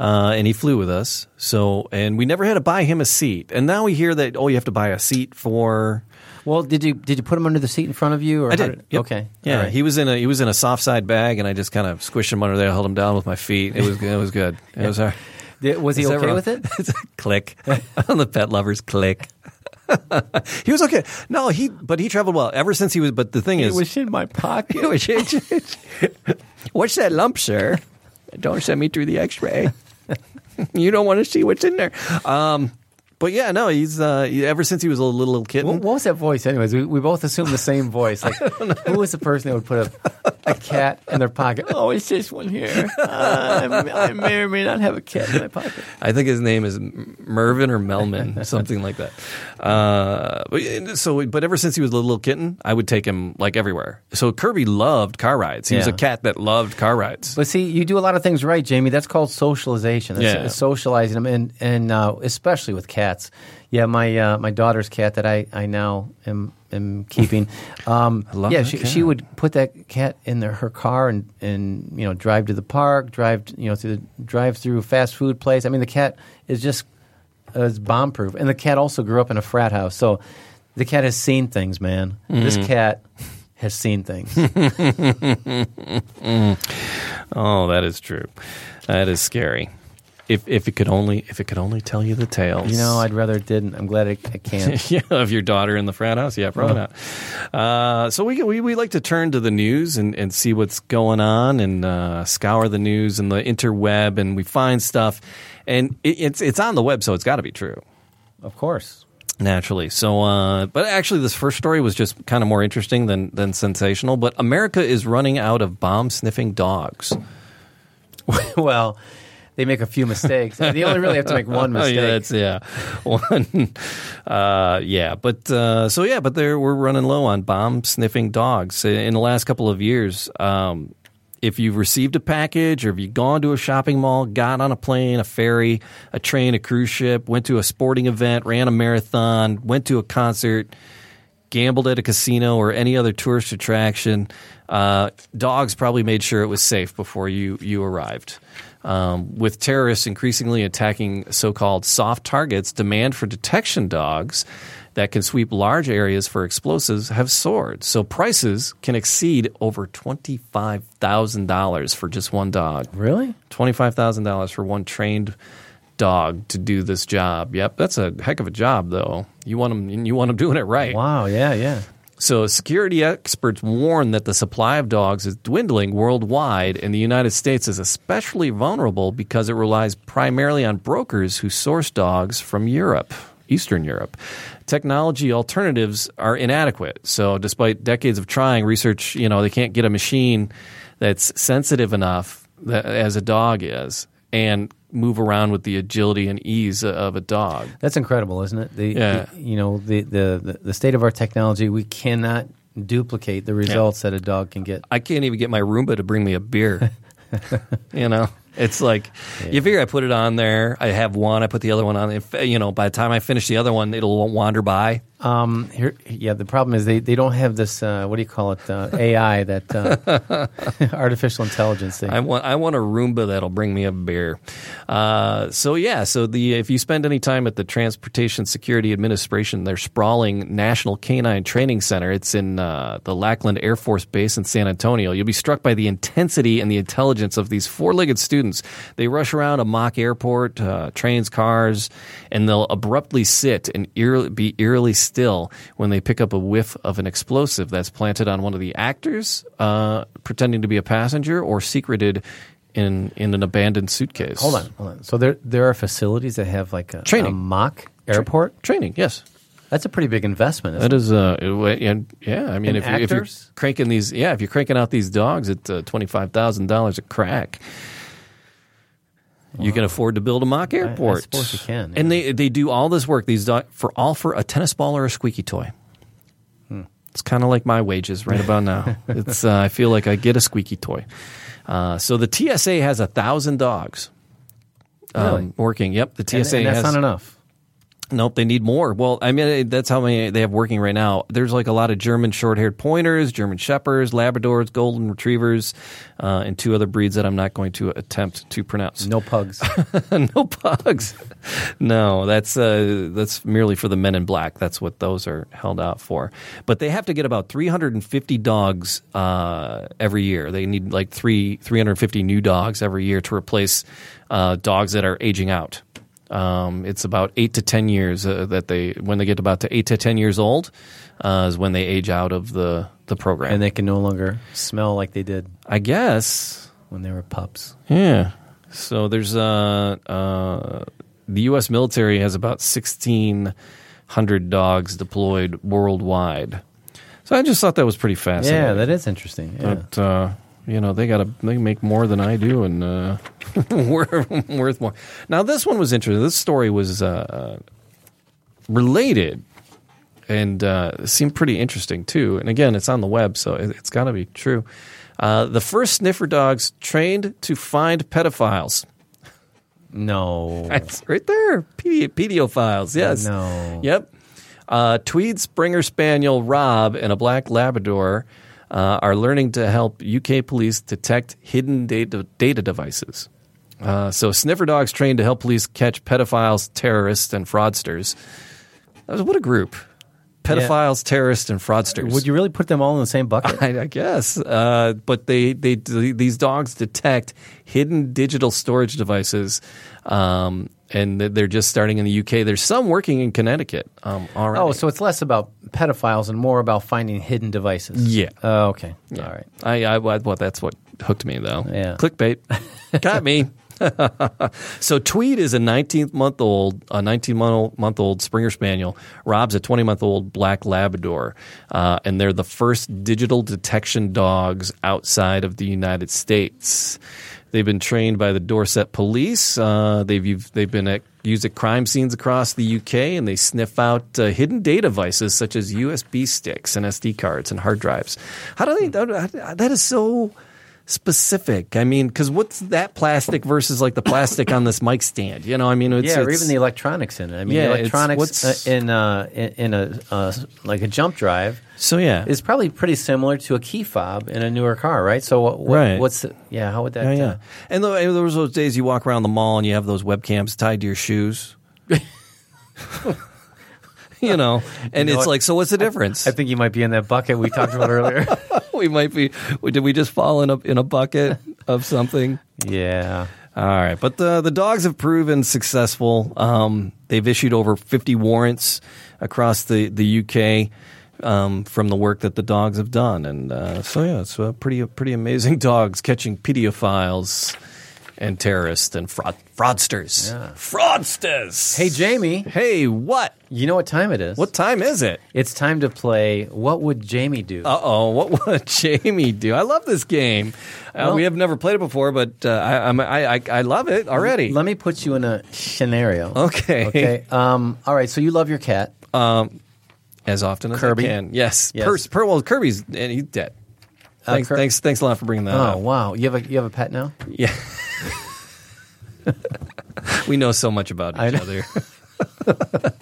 Speaker 2: uh, and he flew with us. So and we never had to buy him a seat. And now we hear that oh you have to buy a seat for.
Speaker 3: Well, did you did you put him under the seat in front of you? Or
Speaker 2: I
Speaker 3: how
Speaker 2: did. Yep.
Speaker 3: Okay.
Speaker 2: Yeah,
Speaker 3: All right.
Speaker 2: he was in a he was in a soft side bag, and I just kind of squished him under there, held him down with my feet. It was it was good. It was all right.
Speaker 3: Did- was he
Speaker 2: Is that
Speaker 3: okay
Speaker 2: wrong?
Speaker 3: with it?
Speaker 2: It's a click on the pet lovers click. he was okay. No, he but he traveled well ever since he was. But the thing is,
Speaker 3: in my pocket.
Speaker 2: it was- what's that lump, sir? Don't send me through the X-ray. you don't want to see what's in there. Um, but yeah, no, he's uh, ever since he was a little, little kitten.
Speaker 3: What, what was that voice, anyways? We, we both assumed the same voice. Like, who was the person that would put a, a cat in their pocket? Oh, it's this one here. Uh, I, I may or may not have a cat in my pocket.
Speaker 2: I think his name is M- Mervin or Melman, something like that. Uh, but so, but ever since he was a little kitten, I would take him like everywhere. So Kirby loved car rides. He was a
Speaker 3: Yeah.
Speaker 2: cat that loved car rides.
Speaker 3: But see, you do a lot of things right, Jamie. That's called socialization. That's
Speaker 2: Yeah.
Speaker 3: it's socializing them, and and uh, especially with cats. Yeah, my uh, my daughter's cat that I, I now am am keeping. Um,
Speaker 2: love
Speaker 3: yeah,
Speaker 2: that
Speaker 3: she,
Speaker 2: cat.
Speaker 3: she would put that cat in their, her car and and you know drive to the park, drive you know to the drive through fast food place. I mean, the cat is just uh, is bomb proof, and the cat also grew up in a frat house, so the cat has seen things, man. This
Speaker 2: Mm-hmm.
Speaker 3: cat has seen things.
Speaker 2: Oh, that is true. That is scary. If if it could only if it could only tell you the tales.
Speaker 3: you know, I'd rather it didn't. I'm glad it, it can't.
Speaker 2: yeah, of your daughter in the frat house. Yeah, probably not. Uh, so we, we we like to turn to the news and, and see what's going on and uh, scour the news and the interweb and we find stuff. And it, it's it's on the web, so it's got to be true
Speaker 3: Of course.
Speaker 2: naturally. So, uh, but actually, this first story was just kind of more interesting than than sensational. But America is running out of bomb sniffing dogs.
Speaker 3: well, they make a few mistakes. They only really have to make one mistake.
Speaker 2: Oh, yeah, that's yeah, one. Uh, yeah, but uh, so yeah, but there we're running low on bomb sniffing dogs in the last couple of years. Um, if you've received a package or if you've gone to a shopping mall, got on a plane, a ferry, a train, a cruise ship, went to a sporting event, ran a marathon, went to a concert, gambled at a casino or any other tourist attraction, uh, dogs probably made sure it was safe before you you arrived. Um, with terrorists increasingly attacking so called soft targets, demand for detection dogs that can sweep large areas for explosives have soared. So prices can exceed over $25,000 for just one dog.
Speaker 3: Really?
Speaker 2: $25,000 for one trained dog to do this job. Yep, that's a heck of a job though. You want them you want them doing it right.
Speaker 3: Wow. Yeah. Yeah.
Speaker 2: So, security experts warn that the supply of dogs is dwindling worldwide, and the United States is especially vulnerable because it relies primarily on brokers who source dogs from Europe, Eastern Europe. Technology alternatives are inadequate. So, despite decades of trying, research, you know, they can't get a machine that's sensitive enough that, as a dog is and move around with the agility and ease of a dog.
Speaker 3: That's incredible, isn't it? The,
Speaker 2: Yeah.
Speaker 3: the- you know, the, the, the, the state of our technology, we cannot duplicate the results that a dog can get.
Speaker 2: I can't even get my Roomba to bring me a beer. you know, it's like you figure I put it on there. I have one. I put the other one on. If, you know, by the time I finish the other one, it'll wander by.
Speaker 3: Um, here, yeah, the problem is they, they don't have this, uh, what do you call it, uh, AI, that uh, artificial intelligence thing.
Speaker 2: I want I want a Roomba that'll bring me a beer. Uh, so yeah, so the if you spend any time at the Transportation Security Administration, their sprawling National Canine Training Center, it's in uh, the Lackland Air Force Base in San Antonio. You'll be struck by the intensity and the intelligence of these four-legged students. They rush around a mock airport, uh, trains, cars, and they'll abruptly sit and eerily, be eerily still when they pick up a whiff of an explosive that's planted on one of the actors uh, pretending to be a passenger or secreted in in an abandoned suitcase.
Speaker 3: hold on, hold on. So there, there are facilities that have like a,
Speaker 2: Training.
Speaker 3: a mock airport.
Speaker 2: Training, yes.
Speaker 3: That's a pretty big investment. Isn't
Speaker 2: That is, uh, it- wa- and yeah, I mean,
Speaker 3: And
Speaker 2: if, you, if you're
Speaker 3: actors?
Speaker 2: cranking these, yeah, if you're cranking out these dogs at uh, twenty five thousand dollars a crack, you can afford to build a mock airport.
Speaker 3: suppose you can,
Speaker 2: And they they do all this work these dog, for all for a tennis ball or a squeaky toy.
Speaker 3: Hmm.
Speaker 2: It's kind of like my wages right about now. it's uh, I feel like I get a squeaky toy. Uh, so the TSA has a thousand dogs um,
Speaker 3: Really?
Speaker 2: working. Yep, the TSA
Speaker 3: And, and that's
Speaker 2: has
Speaker 3: not enough.
Speaker 2: Nope, they need more. Well, I mean, that's how many they have working right now. There's like a lot of German short haired pointers, German shepherds, Labradors, golden retrievers, uh, and two other breeds that I'm not going to attempt to pronounce.
Speaker 3: No pugs.
Speaker 2: no pugs. No, that's uh, that's merely for the men in black. That's what those are held out for. But they have to get about 350 dogs uh, every year. They need like three 350 new dogs every year to replace uh, dogs that are aging out. Um, it's about eight to ten years uh, that they when they get about to eight to ten years old uh, is when they age out of the the program.
Speaker 3: and they can no longer smell like they did
Speaker 2: I guess
Speaker 3: when they were pups.
Speaker 2: yeah. So there's uh, uh, the U.S. military has about 1,600 dogs deployed worldwide. So I just thought that was pretty fascinating.
Speaker 3: Yeah, that is interesting. Yeah.
Speaker 2: But uh, you know they got to they make more than I do, and uh, we're worth more. Now this one was interesting. This story was uh, related and uh, seemed pretty interesting too. And again, it's on the web, so it, it's got to be true. Uh, the first sniffer dogs trained to find pedophiles.
Speaker 3: no.
Speaker 2: That's right there. Pedi- pedophiles, yes.
Speaker 3: No.
Speaker 2: Yep. Uh, Tweed Springer Spaniel Rob and a black Labrador uh, are learning to help UK police detect hidden data, data devices. Uh, so, sniffer dogs trained to help police catch pedophiles, terrorists, and fraudsters. That was, what a group. Pedophiles, terrorists, and fraudsters.
Speaker 3: Would you really put them all in the same bucket?
Speaker 2: I, I guess. Uh, but they, they these dogs detect hidden digital storage devices, um, and th- they're just starting in the UK. There's some working in Connecticut um, already.
Speaker 3: Oh, so it's less about pedophiles and more about finding hidden devices.
Speaker 2: Yeah.
Speaker 3: Oh, okay. All right.
Speaker 2: I, I, I- well, that's what hooked me though.
Speaker 3: Yeah.
Speaker 2: Clickbait. Got me. so Tweed is a 19 month old, a 19 month old Springer Spaniel. Rob's a 20 month old Black Labrador, uh, and they're the first digital detection dogs outside of the United States. They've been trained by the Dorset Police. Uh, they've you've- they've been at, used at crime scenes across the UK, and they sniff out uh, hidden data devices such as USB sticks and SD cards and hard drives. How do they? That is so specific. I mean, because what's that plastic versus like the plastic on this mic stand? You know, I mean, it's,
Speaker 3: yeah, or
Speaker 2: it's-
Speaker 3: even the electronics in it. I mean,
Speaker 2: Yeah,
Speaker 3: the
Speaker 2: it's-
Speaker 3: electronics
Speaker 2: what's-
Speaker 3: uh, in uh, in, in a uh, like a jump drive
Speaker 2: so yeah,
Speaker 3: is probably pretty similar to a key fob in a newer car, right? So what, what,
Speaker 2: Right.
Speaker 3: what's yeah? How would that?
Speaker 2: Oh, yeah,
Speaker 3: uh,
Speaker 2: yeah. And tho- and there was those days you walk around the mall and you have those webcams tied to your shoes. you know, and
Speaker 3: know
Speaker 2: it's
Speaker 3: what?
Speaker 2: like, so what's the difference?
Speaker 3: I think you might be in that bucket we talked about earlier.
Speaker 2: we might be. Did we just fall in a in a bucket of something?
Speaker 3: yeah.
Speaker 2: All right, but the the dogs have proven successful. Um, they've issued over fifty warrants across the the UK um, from the work that the dogs have done, and uh, so yeah, it's uh, pretty pretty amazing. Dogs catching pedophiles and terrorists and fraud fraudsters, fraudsters.
Speaker 3: Hey Jamie,
Speaker 2: hey, what
Speaker 3: you know what time it is?
Speaker 2: what time is it?
Speaker 3: It's time to play. What would Jamie do?
Speaker 2: Uh oh, what would Jamie do? I love this game. Uh,
Speaker 3: Well-
Speaker 2: we have never played it before, but uh, I, I'm, I I I love it already.
Speaker 3: Let me put you in a scenario.
Speaker 2: Okay. Oh,
Speaker 3: Okay. Um, all right. So you love your cat.
Speaker 2: as often as
Speaker 3: Kirby?
Speaker 2: I can. Yes,
Speaker 3: Yes.
Speaker 2: Per, per, well, Kirby's and he's dead. Thanks,
Speaker 3: Kir-
Speaker 2: thanks, Uh, thanks a lot for bringing that
Speaker 3: Uh,
Speaker 2: up.
Speaker 3: Oh wow. You have a you have a pet now.
Speaker 2: Yeah, we know so much about
Speaker 3: I
Speaker 2: each
Speaker 3: know.
Speaker 2: other.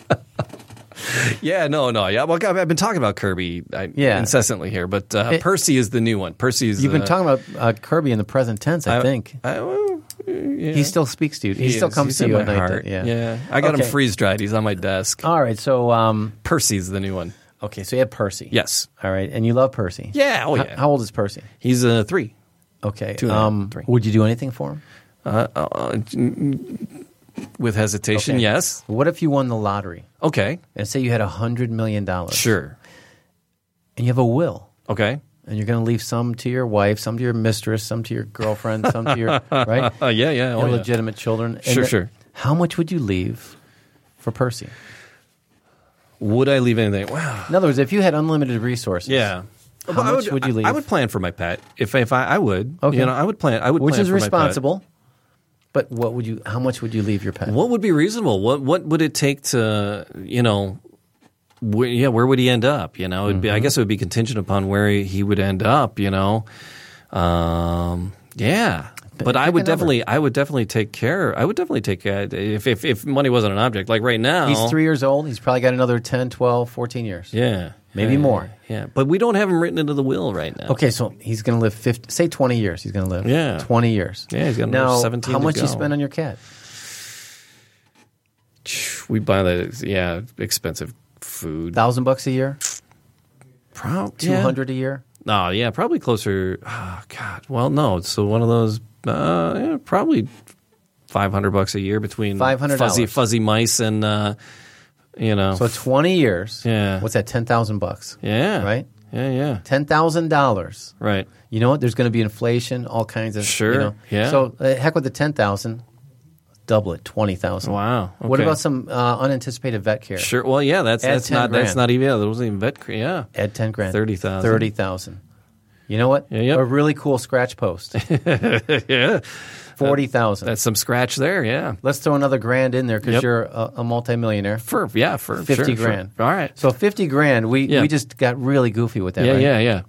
Speaker 2: yeah, no, no, yeah. Well, I've been talking about Kirby I,
Speaker 3: Yeah.
Speaker 2: incessantly here, but uh,
Speaker 3: It-
Speaker 2: Percy is the new one. Percy is
Speaker 3: You've been
Speaker 2: uh,
Speaker 3: talking about uh, Kirby in the present tense. I, think
Speaker 2: I, well,
Speaker 3: he still speaks to you. He,
Speaker 2: he
Speaker 3: still
Speaker 2: is.
Speaker 3: comes
Speaker 2: He's
Speaker 3: to
Speaker 2: in
Speaker 3: you
Speaker 2: my
Speaker 3: at night.
Speaker 2: heart.
Speaker 3: Yeah.
Speaker 2: I got
Speaker 3: Okay. Uh,
Speaker 2: him freeze dried. He's on my desk.
Speaker 3: All right. So um,
Speaker 2: Percy's the new one.
Speaker 3: okay. So you have Percy.
Speaker 2: Yes.
Speaker 3: All right. And you love Percy.
Speaker 2: Yeah. Oh
Speaker 3: H-
Speaker 2: yeah.
Speaker 3: How old is Percy?
Speaker 2: he's uh, three.
Speaker 3: Okay. um,
Speaker 2: Two and a half, three.
Speaker 3: Would you do anything for him?
Speaker 2: With hesitation,
Speaker 3: Okay.
Speaker 2: yes.
Speaker 3: What if you won the lottery
Speaker 2: Okay.
Speaker 3: and say you had a hundred million dollars?
Speaker 2: Sure.
Speaker 3: And you have a will.
Speaker 2: Okay.
Speaker 3: and you're going to leave some to your wife, some to your mistress, some to your girlfriend, some to your right
Speaker 2: Uh, yeah, yeah. Oh, yeah.
Speaker 3: illegitimate children. And
Speaker 2: Sure,
Speaker 3: the-
Speaker 2: sure.
Speaker 3: How much would you leave for Percy?
Speaker 2: Would I leave anything? Wow.
Speaker 3: In other words, if you had unlimited resources,
Speaker 2: Yeah.
Speaker 3: How
Speaker 2: But I
Speaker 3: much would you leave?
Speaker 2: I would plan for my pet. If if I, I would,
Speaker 3: Okay.
Speaker 2: you know, I would plan. I would,
Speaker 3: which
Speaker 2: plan
Speaker 3: is
Speaker 2: for my pet.
Speaker 3: responsible. But what would you? How much would you leave your pet?
Speaker 2: What would be reasonable? What what would it take to you know? Where, yeah, where would he end up? You know, it'd
Speaker 3: Mm-hmm.
Speaker 2: be. I guess it would be contingent upon where he, he would end up. You know, um, yeah. But I
Speaker 3: pick
Speaker 2: would
Speaker 3: a number.
Speaker 2: definitely, I would definitely take care. I would definitely take uh, if, if if money wasn't an object. Like right now,
Speaker 3: He's three years old. He's probably got another 10, 12, 14 years.
Speaker 2: Yeah,
Speaker 3: Maybe
Speaker 2: Yeah.
Speaker 3: more.
Speaker 2: Yeah, but we don't have him written into the will right now.
Speaker 3: Okay, so he's going to live 50, say 20 years. He's going to live
Speaker 2: Yeah.
Speaker 3: 20 years.
Speaker 2: Yeah, he's got another
Speaker 3: now,
Speaker 2: 17
Speaker 3: How
Speaker 2: to
Speaker 3: much you
Speaker 2: go.
Speaker 3: spend on your cat?
Speaker 2: We buy the yeah expensive food.
Speaker 3: Thousand bucks a year?
Speaker 2: Probably
Speaker 3: Two hundred a year?
Speaker 2: Oh yeah, probably closer. Oh God. Well, no. It's so one of those. Uh, yeah, probably five hundred bucks a year between
Speaker 3: $500.
Speaker 2: fuzzy fuzzy mice and uh, you know.
Speaker 3: So twenty years.
Speaker 2: Yeah.
Speaker 3: What's that? Ten thousand bucks.
Speaker 2: yeah.
Speaker 3: Right.
Speaker 2: Yeah. Yeah.
Speaker 3: Ten thousand dollars.
Speaker 2: Right.
Speaker 3: You know what? There's going to be inflation, all kinds of. you
Speaker 2: Sure,
Speaker 3: know.
Speaker 2: yeah.
Speaker 3: So uh, heck with the ten thousand. Double it, twenty thousand.
Speaker 2: Wow.
Speaker 3: What
Speaker 2: okay.
Speaker 3: about some uh, unanticipated vet care?
Speaker 2: Sure. Well, yeah. That's
Speaker 3: Add
Speaker 2: that's
Speaker 3: 10
Speaker 2: not that's
Speaker 3: grand.
Speaker 2: not even yeah. That wasn't even vet. cre- Yeah.
Speaker 3: Add ten grand.
Speaker 2: 30,000.
Speaker 3: Thirty thousand. You know what?
Speaker 2: Yeah, yep.
Speaker 3: A really cool scratch post.
Speaker 2: yeah.
Speaker 3: Forty thousand.
Speaker 2: That's some scratch there. Yeah.
Speaker 3: Let's throw another grand in there because
Speaker 2: Yep.
Speaker 3: you're a, a multimillionaire.
Speaker 2: For yeah. For
Speaker 3: Fifty
Speaker 2: sure, sure.
Speaker 3: grand.
Speaker 2: All right.
Speaker 3: So fifty grand. We
Speaker 2: Yeah.
Speaker 3: we just got really goofy with that.
Speaker 2: yeah.
Speaker 3: right?
Speaker 2: Yeah. Yeah.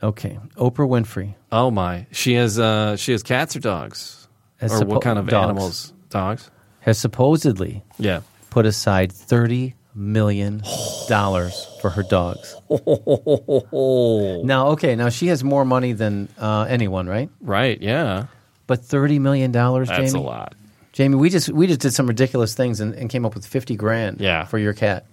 Speaker 3: Okay. Oprah Winfrey.
Speaker 2: Oh my! She has uh, she has cats or dogs,
Speaker 3: As
Speaker 2: or
Speaker 3: suppo-
Speaker 2: what kind of
Speaker 3: dogs.
Speaker 2: animals? Dogs.
Speaker 3: has supposedly
Speaker 2: Yeah.
Speaker 3: put aside thirty million dollars for her dogs. Now, okay, now she has more money than uh, anyone, right?
Speaker 2: Right. Yeah.
Speaker 3: But thirty million dollars, Jamie.
Speaker 2: That's a lot.
Speaker 3: Jamie, we just we just did some ridiculous things and, and came up with fifty grand
Speaker 2: Yeah.
Speaker 3: for your cat.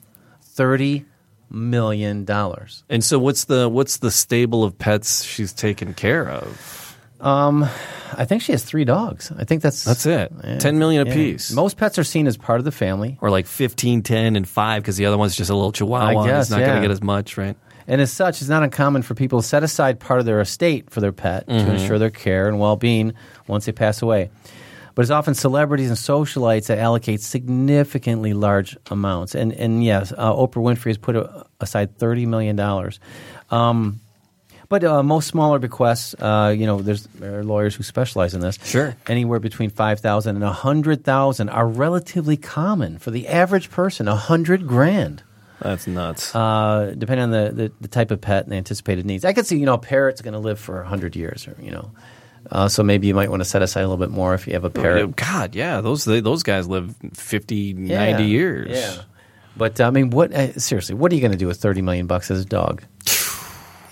Speaker 3: Thirty million dollars.
Speaker 2: And so, what's the what's the stable of pets she's taken care of?
Speaker 3: I think she has three dogs. I think that's
Speaker 2: That's it.
Speaker 3: Yeah.
Speaker 2: Ten million
Speaker 3: Yeah.
Speaker 2: apiece,
Speaker 3: Most pets are seen as part of the family.
Speaker 2: or like 15, 10, and five because the other one's just a little
Speaker 3: I
Speaker 2: chihuahua. and
Speaker 3: guess,
Speaker 2: it's not going
Speaker 3: yeah.
Speaker 2: to get as much, right?
Speaker 3: And as such, it's not uncommon for people to set aside part of their estate for their pet to ensure their care and well being once they pass away. But it's often celebrities and socialites that allocate significantly large amounts. And, and yes, uh, Oprah Winfrey has put a, aside $30 million. Um, but uh, most smaller bequests, uh, you know, there's there are lawyers who specialize in this.
Speaker 2: Sure.
Speaker 3: Anywhere between 5000 and 100000 are relatively common for the average person, 100 grand.
Speaker 2: That's nuts.
Speaker 3: uh, depending on the, the, the type of pet and the anticipated needs. I could see, you know, a parrot's going to live for 100 years, or, you know. Uh, so maybe you might want to set aside a little bit more if you have a parrot.
Speaker 2: God, yeah, those they, those guys live 50, 90
Speaker 3: Yeah.
Speaker 2: years.
Speaker 3: Yeah. But I mean, what? Uh, seriously, what are you going to do with 30 million bucks as a dog?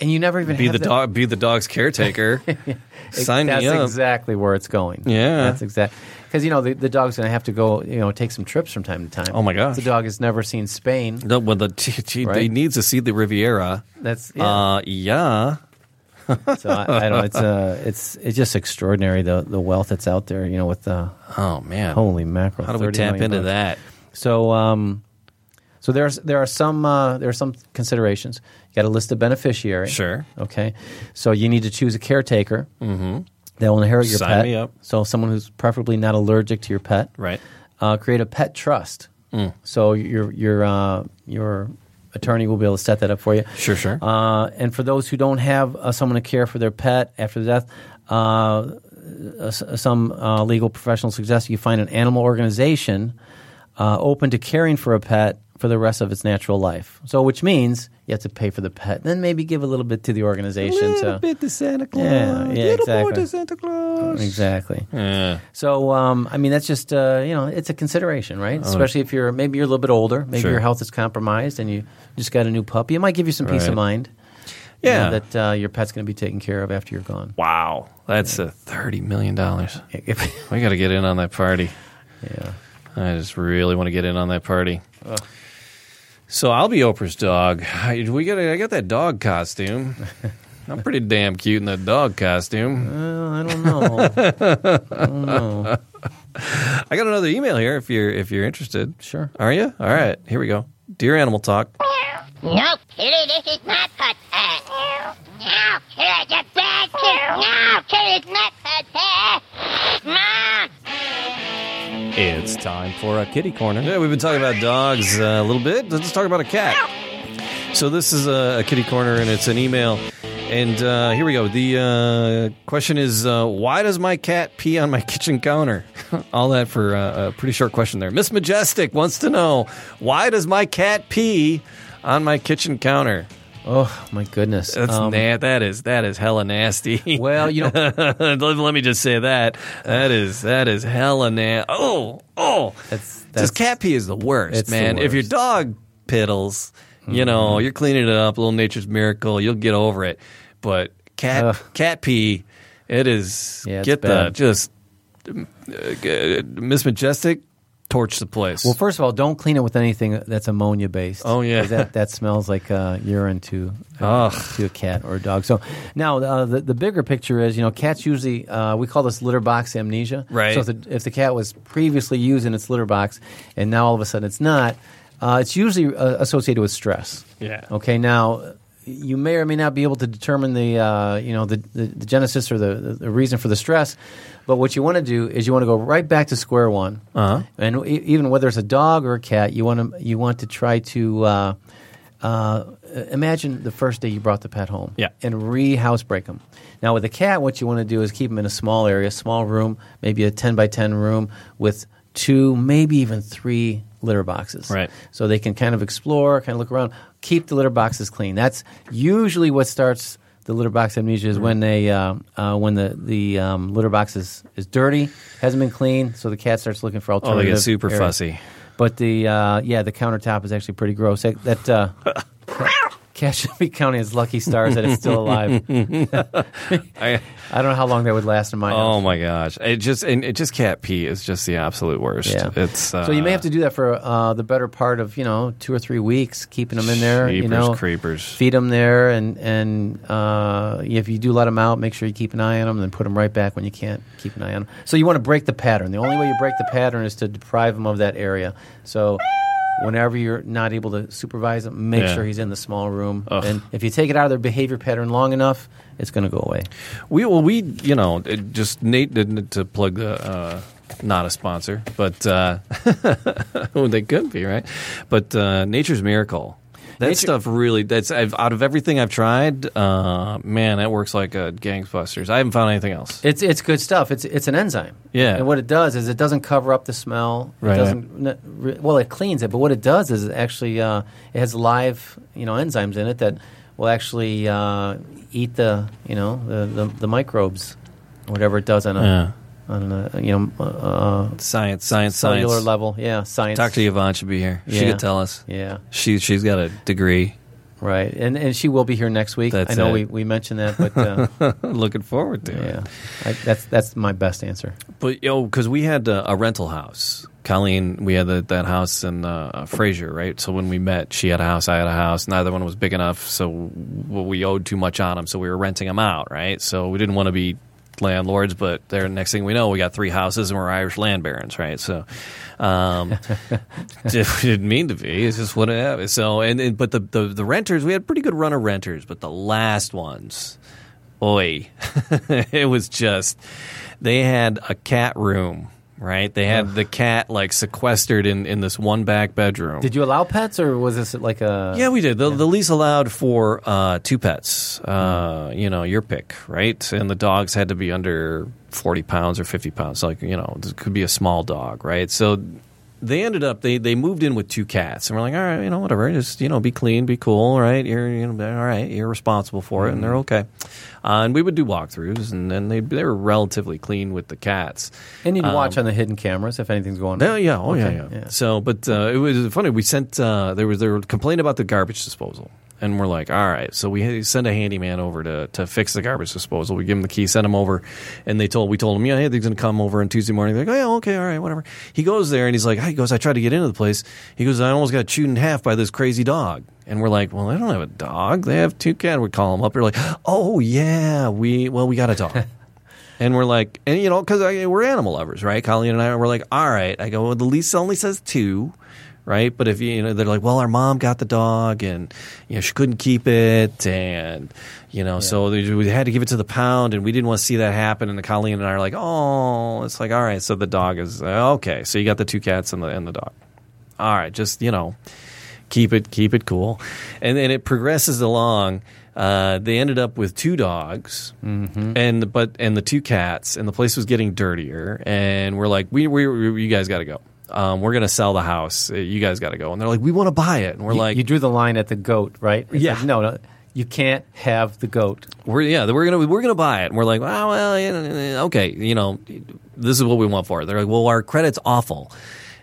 Speaker 3: And you never even
Speaker 2: Be
Speaker 3: have
Speaker 2: the
Speaker 3: that-
Speaker 2: dog, be the dog's caretaker. Sign
Speaker 3: That's
Speaker 2: me up.
Speaker 3: exactly where it's going.
Speaker 2: Yeah.
Speaker 3: that's exactly because you know the, the dog's going to have to go, you know, take some trips from time to time.
Speaker 2: Oh, my gosh.
Speaker 3: the dog has never seen Spain.
Speaker 2: No, well, the, gee, gee, they
Speaker 3: Right.
Speaker 2: need to see the Riviera.
Speaker 3: That's yeah.
Speaker 2: Uh, yeah.
Speaker 3: so I, I don't. It's uh, it's it's just extraordinary the the wealth that's out there. You know, with the
Speaker 2: Oh man,
Speaker 3: holy mackerel.
Speaker 2: how do we
Speaker 3: 30
Speaker 2: tap
Speaker 3: million
Speaker 2: into
Speaker 3: bucks.
Speaker 2: that?
Speaker 3: So um, so there's there are some uh, there are some considerations. You got to list the beneficiary.
Speaker 2: Sure.
Speaker 3: Okay. So you need to choose a caretaker. Mm-hmm. That will inherit your
Speaker 2: Sign
Speaker 3: pet.
Speaker 2: me up.
Speaker 3: So someone who's preferably not allergic to your pet.
Speaker 2: Right. Mm.
Speaker 3: Uh, create a pet trust. So your your uh, your attorney will be able to set that up for you.
Speaker 2: Sure, sure.
Speaker 3: Uh, and for those who don't have uh, someone to care for their pet after death, uh, s- some uh, legal professional suggests you find an animal organization uh, open to caring for a pet for the rest of its natural life. So, which means you have to pay for the pet, then maybe give a little bit to the organization. to,
Speaker 2: to Santa Claus.
Speaker 3: Yeah, yeah, Little more exactly. to
Speaker 2: Santa Claus.
Speaker 3: Exactly. So, um, I mean, that's just uh, you know, it's a consideration, right? Especially if you're maybe you're a little bit older, maybe
Speaker 2: Oh. Sure.
Speaker 3: your health is compromised, and you just got a new puppy. It might give you some peace
Speaker 2: Right.
Speaker 3: of mind. you
Speaker 2: Yeah.
Speaker 3: know, that uh, your pet's going to be taken care of after you're gone.
Speaker 2: Wow, that's a thirty million dollars.
Speaker 3: If-
Speaker 2: We got to get in on that party.
Speaker 3: yeah.
Speaker 2: I just really want to get in on that party. So I'll be Oprah's dog. I, we got I got that dog costume. I'm pretty damn cute in that dog costume.
Speaker 3: Well, I don't know.
Speaker 2: I got another email here if you're if you're interested.
Speaker 3: Sure.
Speaker 2: Are you? All right. Here we go. Dear Animal Talk.
Speaker 4: No, Kitty, this is not pathetic. No, Kitty, it's a bad kid. No, Kitty, it's not pathetic. Mom!
Speaker 6: It's time for a kitty corner.
Speaker 2: Yeah, we've been talking about dogs uh, a little bit. Let's talk about a cat. So this is a, a kitty corner, and it's an email. And uh, here we go. The uh, question is, uh, why does my cat pee on my kitchen counter? All that for uh, a pretty short question there. Miss Majestic wants to know why does my cat pee on my kitchen counter?
Speaker 3: oh my goodness.
Speaker 2: That's
Speaker 3: Um,
Speaker 2: na- that is that is hella nasty.
Speaker 3: well, you know,
Speaker 2: let, let me just say that that is that is hella nasty. Oh oh,
Speaker 3: that's, that's
Speaker 2: just cat pee is the worst,
Speaker 3: It's the
Speaker 2: man. If your
Speaker 3: worst. Mm-hmm.
Speaker 2: dog piddles, you know you're cleaning it up, little nature's miracle. You'll get over it. But cat
Speaker 3: Ugh.
Speaker 2: cat pee, it is
Speaker 3: Yeah, it's
Speaker 2: get the
Speaker 3: bad.
Speaker 2: just uh, Miss Majestic torch the place.
Speaker 3: Well, first of all, don't clean it with anything that's ammonia based.
Speaker 2: Oh, yeah. Oh,
Speaker 3: that that smells like uh, urine to
Speaker 2: Ugh.
Speaker 3: to a cat or a dog. So now uh, the the bigger picture is, you know, cats usually uh, we call this litter box amnesia.
Speaker 2: Right.
Speaker 3: So if the, if the cat was previously used in its litter box and now all of a sudden it's not, uh, it's usually uh, associated with stress.
Speaker 2: Yeah.
Speaker 3: Okay. Now. You may or may not be able to determine the, uh, you know, the, the, the genesis or the, the, the reason for the stress, but what you want to do is you want to go right back to square one,
Speaker 2: Uh-huh.
Speaker 3: and e- even whether it's a dog or a cat, you want to you want to try to uh, uh, imagine the first day you brought the pet home,
Speaker 2: Yeah.
Speaker 3: and re house break them. Now with a cat, what you want to do is keep them in a small area, small room, maybe a ten by ten room with two, maybe even three litter boxes,
Speaker 2: Right.
Speaker 3: So they can kind of explore, kind of look around, keep the litter boxes clean. That's usually what starts. The litter box amnesia
Speaker 2: Mm-hmm.
Speaker 3: is when they uh, uh, when the the um, litter box is, is dirty, hasn't been cleaned, so the cat starts looking for
Speaker 2: oh, they get
Speaker 3: alternative
Speaker 2: super
Speaker 3: areas.
Speaker 2: fussy.
Speaker 3: But the uh, yeah, the countertop is actually pretty gross. That, that uh, cat should be counting as lucky stars that it's still alive.
Speaker 2: I,
Speaker 3: I don't know how long that would last in my
Speaker 2: oh
Speaker 3: house.
Speaker 2: my gosh! It just and it just cat pee is just the absolute worst.
Speaker 3: Yeah.
Speaker 2: It's uh,
Speaker 3: so you may have to do that for uh, the better part of you know two or three weeks, keeping them in there. you
Speaker 2: Jeepers
Speaker 3: know,
Speaker 2: creepers.
Speaker 3: feed them there, and and uh, if you do let them out, make sure you keep an eye on them, then put them right back when you can't keep an eye on them. So you want to break the pattern. The only way you break the pattern is to deprive them of that area. So whenever you're not able to supervise him, make
Speaker 2: Yeah.
Speaker 3: sure he's in the small room.
Speaker 2: Ugh.
Speaker 3: And if you take it out of their behavior pattern long enough, it's going to go away.
Speaker 2: We well, we you know it just Nate didn't to plug the uh, not a sponsor, but uh, well, they could be right. But uh, Nature's Miracle That
Speaker 3: Nature-
Speaker 2: stuff really. That's I've, out of everything I've tried. Uh, man, that works like a gangbusters. I haven't found anything else.
Speaker 3: It's it's good stuff. It's it's an enzyme.
Speaker 2: Yeah.
Speaker 3: And what it does is it doesn't cover up the smell.
Speaker 2: Right.
Speaker 3: It doesn't n- re- well, it cleans it, but what it does is it actually uh, it has live you know enzymes in it that will actually uh, eat the you know the, the, the microbes, whatever it does on a on a you know uh, uh,
Speaker 2: Uh, Science, science, science.
Speaker 3: cellular level. Yeah. Science.
Speaker 2: Dr. Yvonne should be here. She
Speaker 3: Yeah.
Speaker 2: could tell us.
Speaker 3: Yeah.
Speaker 2: She she's got a degree.
Speaker 3: Right. And and she will be here next week.
Speaker 2: That's
Speaker 3: I know
Speaker 2: it.
Speaker 3: we we mentioned that, but uh,
Speaker 2: Looking forward to it.
Speaker 3: yeah, I, that's that's my best answer.
Speaker 2: But yo, because we had uh, a rental house. Colleen, we had the, that house in uh, Fraser, right? So when we met, she had a house, I had a house. Neither one was big enough, so w- we owed too much on them, so we were renting them out, right? So we didn't want to be landlords, but there. Next thing we know, we got three houses and we're Irish land barons, right? So um, if we didn't mean to be. It's just what it happened. So and, and but the, the the renters, we had pretty good run of renters, but the last ones, boy, it was just they had a cat room, right? They had the cat like sequestered in in this one back bedroom.
Speaker 3: Did you allow pets, or was this like a
Speaker 2: yeah, we did. The, the lease allowed for uh, two pets. Uh, you know, your pick, right? And the dogs had to be under forty pounds or fifty pounds. Like you know, this could be a small dog, right? So they ended up they they moved in with two cats, and we're like, all right, you know, whatever, just you know, be clean, be cool, right? You're you know, all right, you're responsible for it, and they're okay. Uh, and we would do walkthroughs, and then they they were relatively clean with the cats.
Speaker 3: And you'd
Speaker 2: Um,
Speaker 3: watch on the hidden cameras if anything's going
Speaker 2: Yeah,
Speaker 3: on.
Speaker 2: yeah, oh yeah,
Speaker 3: Okay,
Speaker 2: yeah,
Speaker 3: yeah.
Speaker 2: So, but uh, it was funny. We sent uh, there was there were complaint about the garbage disposal, and we're like, all right. So we had- send a handyman over to to fix the garbage disposal. We give him the key, send him over, and they told we told him, yeah, hey, they're gonna come over on Tuesday morning. They're like, oh yeah, okay, all right, whatever. He goes there and he's like, he goes, I tried to get into the place. He goes, I almost got chewed in half by this crazy dog. And we're like, well, they don't have a dog. They have two cats. We call them up. They're like, oh yeah, we well we got a dog. And we're like, and you know, because we're animal lovers, right? Colleen and I were like, all right. I go, well, the lease only says two, right? But if you, you know, they're like, well, our mom got the dog and, you know, she couldn't keep it. And, you know, so they, we had to give it to the pound and we didn't want to see that happen. And Colleen and I are like, oh, it's like, all right. So the dog is, uh, okay. So you got the two cats and the, and the dog. All right. Just, you know, keep it keep it cool and then it progresses along uh, they ended up with two dogs
Speaker 3: Mm-hmm.
Speaker 2: and but and the two cats and the place was getting dirtier and we're like we, we, we you guys got to go um, we're gonna sell the house Uh, you guys got to go and they're like we want to buy it and we're
Speaker 3: You,
Speaker 2: like
Speaker 3: you drew the line at the goat, right? It's
Speaker 2: Yeah.
Speaker 3: like, no, no, you can't have the goat.
Speaker 2: we're yeah we're gonna we're gonna buy it and we're like oh, well yeah, yeah, yeah, okay you know this is what we want for it they're like well our credit's awful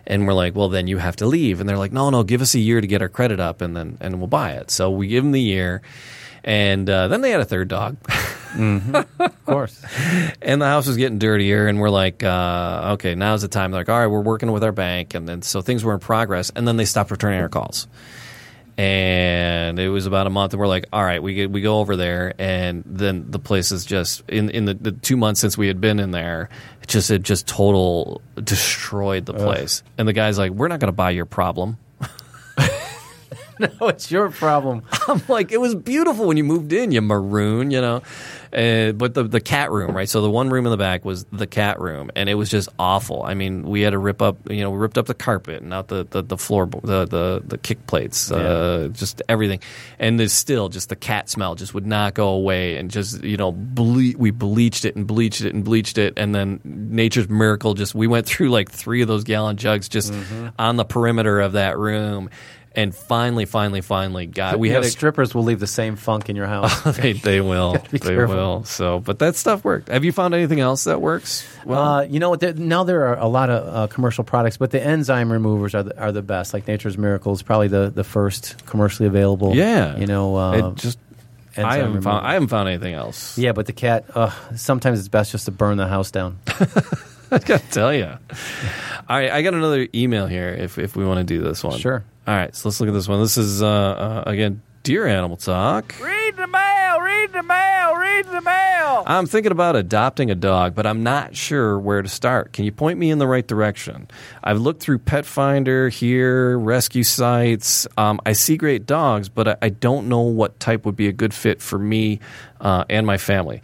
Speaker 2: and we're like well then you have to leave and they're like no no give us a year to get our credit up and then and we'll buy it so we give them the year and uh, then they had a third dog
Speaker 3: Of course.
Speaker 2: and the house was getting dirtier and we're like uh, okay now's the time they're like all right we're working with our bank and then so things were in progress and then they stopped returning our calls and it was about a month and we're like all right we get, we go over there and then the place is just in in the, the 2 months since we had been in there it just it just total destroyed the place and the guy's like we're not going to buy your problem
Speaker 3: no, Oh, it's your problem.
Speaker 2: I'm like, it was beautiful when you moved in, you maroon, you know. Uh, but the the cat room, right? So the one room in the back was the cat room, and it was just awful. I mean, we had to rip up, you know, we ripped up the carpet and out the the, the floor, the the the kick plates, uh, just everything. And there's still just the cat smell just would not go away, and just you know, ble- we bleached it and bleached it and bleached it, and then nature's miracle just we went through like three of those gallon jugs just on the perimeter of that room. And finally, finally, finally, got we
Speaker 3: You
Speaker 2: had
Speaker 3: know,
Speaker 2: a
Speaker 3: strippers will leave the same funk in your house.
Speaker 2: they, they will.
Speaker 3: be
Speaker 2: They
Speaker 3: careful.
Speaker 2: will. So, but that stuff worked. Have you found anything else that works?
Speaker 3: uh, you know what? There, now there are a lot of uh, commercial products, but the enzyme removers are the, are the best. Like Nature's Miracle is probably the, the first commercially available.
Speaker 2: yeah.
Speaker 3: You know, uh,
Speaker 2: it just I
Speaker 3: enzyme
Speaker 2: haven't found
Speaker 3: remover.
Speaker 2: I haven't found anything else.
Speaker 3: yeah, but the cat. Uh, sometimes it's best just to burn the house down.
Speaker 2: I gotta tell you. All right, I got another email here. If if we want to do this one,
Speaker 3: Sure.
Speaker 2: All right, so let's look at this one. This is uh, uh, again, dear animal talk.
Speaker 7: Read the mail, read the mail, read the mail.
Speaker 2: I'm thinking about adopting a dog, but I'm not sure where to start. Can you point me in the right direction? I've looked through Pet Finder here, rescue sites. Um, I see great dogs, but I, I don't know what type would be a good fit for me uh, and my family.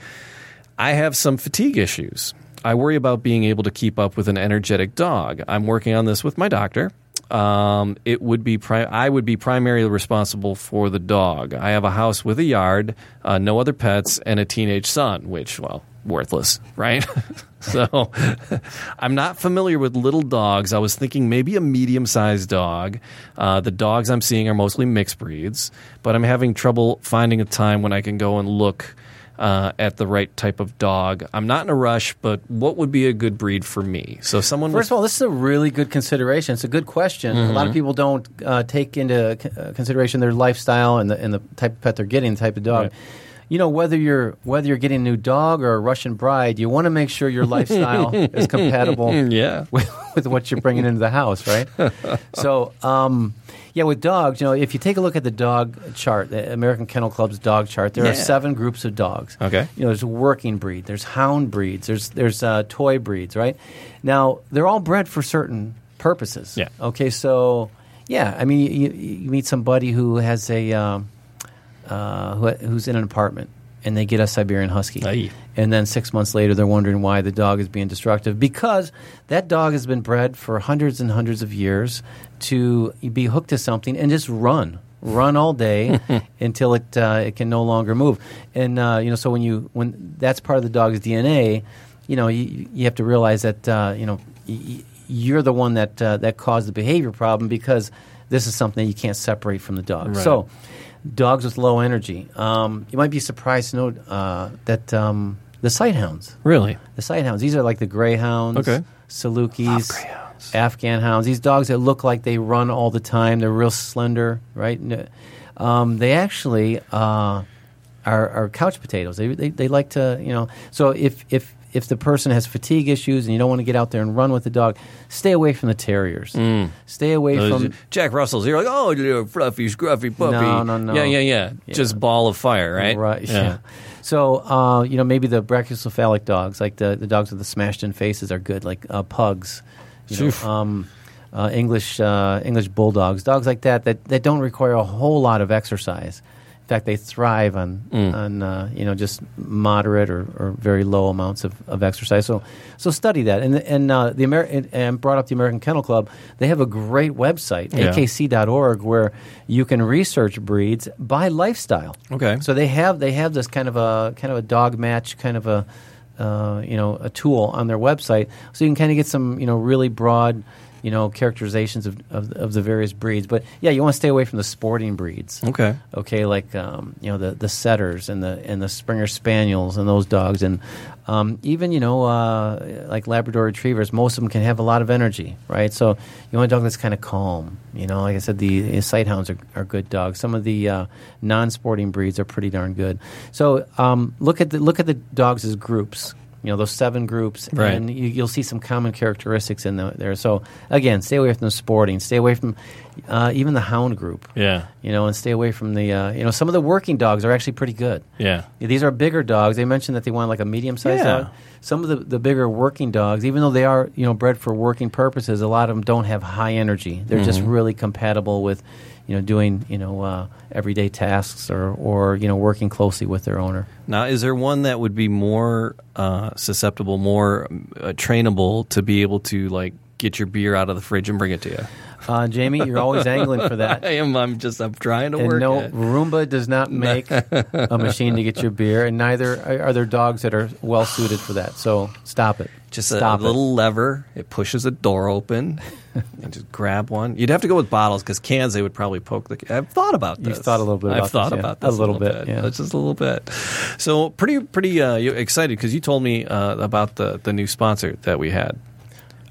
Speaker 2: I have some fatigue issues. I worry about being able to keep up with an energetic dog. I'm working on this with my doctor. um, it would be pri- I would be primarily responsible for the dog. I have a house with a yard, uh, no other pets, and a teenage son, which well, worthless, right? so I'm not familiar with little dogs. I was thinking maybe a medium-sized dog. Uh, the dogs I'm seeing are mostly mixed breeds, but I'm having trouble finding a time when I can go and look. Uh, at the right type of dog. I'm not in a rush, but what would be a good breed for me? So someone with-
Speaker 3: First of all, this is a really good consideration. It's a good question. A
Speaker 2: Mm-hmm.
Speaker 3: lot of people don't uh, take into c- uh, consideration their lifestyle and the and the type of pet they're getting, the type of dog.
Speaker 2: Right.
Speaker 3: You know, whether you're whether you're getting a new dog or a Russian bride, you want to make sure your lifestyle is compatible
Speaker 2: yeah.
Speaker 3: with, with what you're bringing into the house, right? so, um, yeah, with dogs, you know, if you take a look at the dog chart, the American Kennel Club's dog chart, there
Speaker 2: Yeah.
Speaker 3: are seven groups of dogs.
Speaker 2: Okay.
Speaker 3: you know, there's a working breed, there's hound breeds, there's there's uh, toy breeds, right? Now they're all bred for certain purposes.
Speaker 2: Yeah.
Speaker 3: Okay, so yeah, I mean, you, you, you meet somebody who has a um, uh, who, who's in an apartment. And they get a Siberian Husky.
Speaker 2: Aye.
Speaker 3: And then six months later, they're wondering why the dog is being destructive because that dog has been bred for hundreds and hundreds of years to be hooked to something and just run, run all day until it uh, it can no longer move. And uh, you know, so when you when that's part of the dog's DNA, you know, you, you have to realize that uh, you know y- y- you're the one that uh, that caused the behavior problem because this is something you can't separate from the dog. So dogs with low energy. Um, you might be surprised to know uh, that um, the sight hounds,
Speaker 2: Really?
Speaker 3: the sight hounds, these are like the greyhounds,
Speaker 2: Okay.
Speaker 3: Salukis, Afghan hounds. These dogs that look like they run all the time. They're real slender, right? N- Um, they actually uh, are, are couch potatoes. They, they they like to you know. So if if if the person has fatigue issues and you don't want to get out there and run with the dog, stay away from the terriers. Stay away from
Speaker 2: Uh, Jack Russell's, you're like, oh, you're a fluffy, scruffy puppy.
Speaker 3: No, no, no.
Speaker 2: Yeah, yeah, yeah. Just ball of fire, right?
Speaker 3: Right. Yeah. So uh, you know maybe the brachycephalic dogs, like the, the dogs with the smashed in faces, are good. Like uh, pugs, you
Speaker 2: Oof.
Speaker 3: know, um, uh, English uh, English bulldogs, dogs like that, that that don't require a whole lot of exercise. In fact, they thrive on
Speaker 2: Mm.
Speaker 3: on uh, you know just moderate or, or very low amounts of, of exercise. So so study that. And and uh, the Ameri- and- and brought up the American Kennel Club. They have a great website,
Speaker 2: Yeah.
Speaker 3: akc.org, where you can research breeds by lifestyle.
Speaker 2: Okay.
Speaker 3: So they have they have this kind of a kind of a dog match kind of a uh, you know a tool on their website, so you can kind of get some you know really broad you know characterizations of of, of the various breeds. But yeah, you want to stay away from the sporting breeds.
Speaker 2: Okay.
Speaker 3: Okay, like um, you know the the setters and the and the Springer Spaniels and those dogs, and um, even you know uh, like Labrador Retrievers. Most of them can have a lot of energy, right? So you want a dog that's kind of calm. You know, like I said, the, the sight hounds are, are good dogs. Some of the uh, non-sporting breeds are pretty darn good. So um, look at the look at the dogs as groups. You know those seven groups,
Speaker 2: Right.
Speaker 3: and you, you'll see some common characteristics in the, there. So again, stay away from the sporting. Stay away from uh, even the hound group
Speaker 2: Yeah.
Speaker 3: you know, and stay away from the, uh, you know, some of the working dogs are actually pretty good.
Speaker 2: Yeah.
Speaker 3: These are bigger dogs. They mentioned that they want like a medium sized
Speaker 2: Yeah.
Speaker 3: dog. Some of the, the bigger working dogs, even though they are, you know, bred for working purposes, a lot of them don't have high energy. They're just really compatible with, you know, doing, you know, uh, everyday tasks or, or, you know, working closely with their owner.
Speaker 2: Now, is there one that would be more uh, susceptible, more uh, trainable to be able to, like, get your beer out of the fridge and bring it to you?
Speaker 3: Uh, Jamie, you're always angling for that.
Speaker 2: I am. I'm just, I'm trying to
Speaker 3: And
Speaker 2: work
Speaker 3: no,
Speaker 2: it.
Speaker 3: Roomba does not make a machine to get your beer, and neither are are there dogs that are well suited for that. So stop it.
Speaker 2: Just a, a
Speaker 3: stop it.
Speaker 2: little lever. It pushes a door open. and just grab one. You'd have to go with bottles because cans they would probably poke the. I've thought about this.
Speaker 3: You've thought a little bit
Speaker 2: I've
Speaker 3: about
Speaker 2: thought
Speaker 3: this, yeah.
Speaker 2: about
Speaker 3: A
Speaker 2: this
Speaker 3: little bit, yeah.
Speaker 2: That's just a little bit. So pretty pretty uh, you- excited because you told me uh, about the the new sponsor that we had.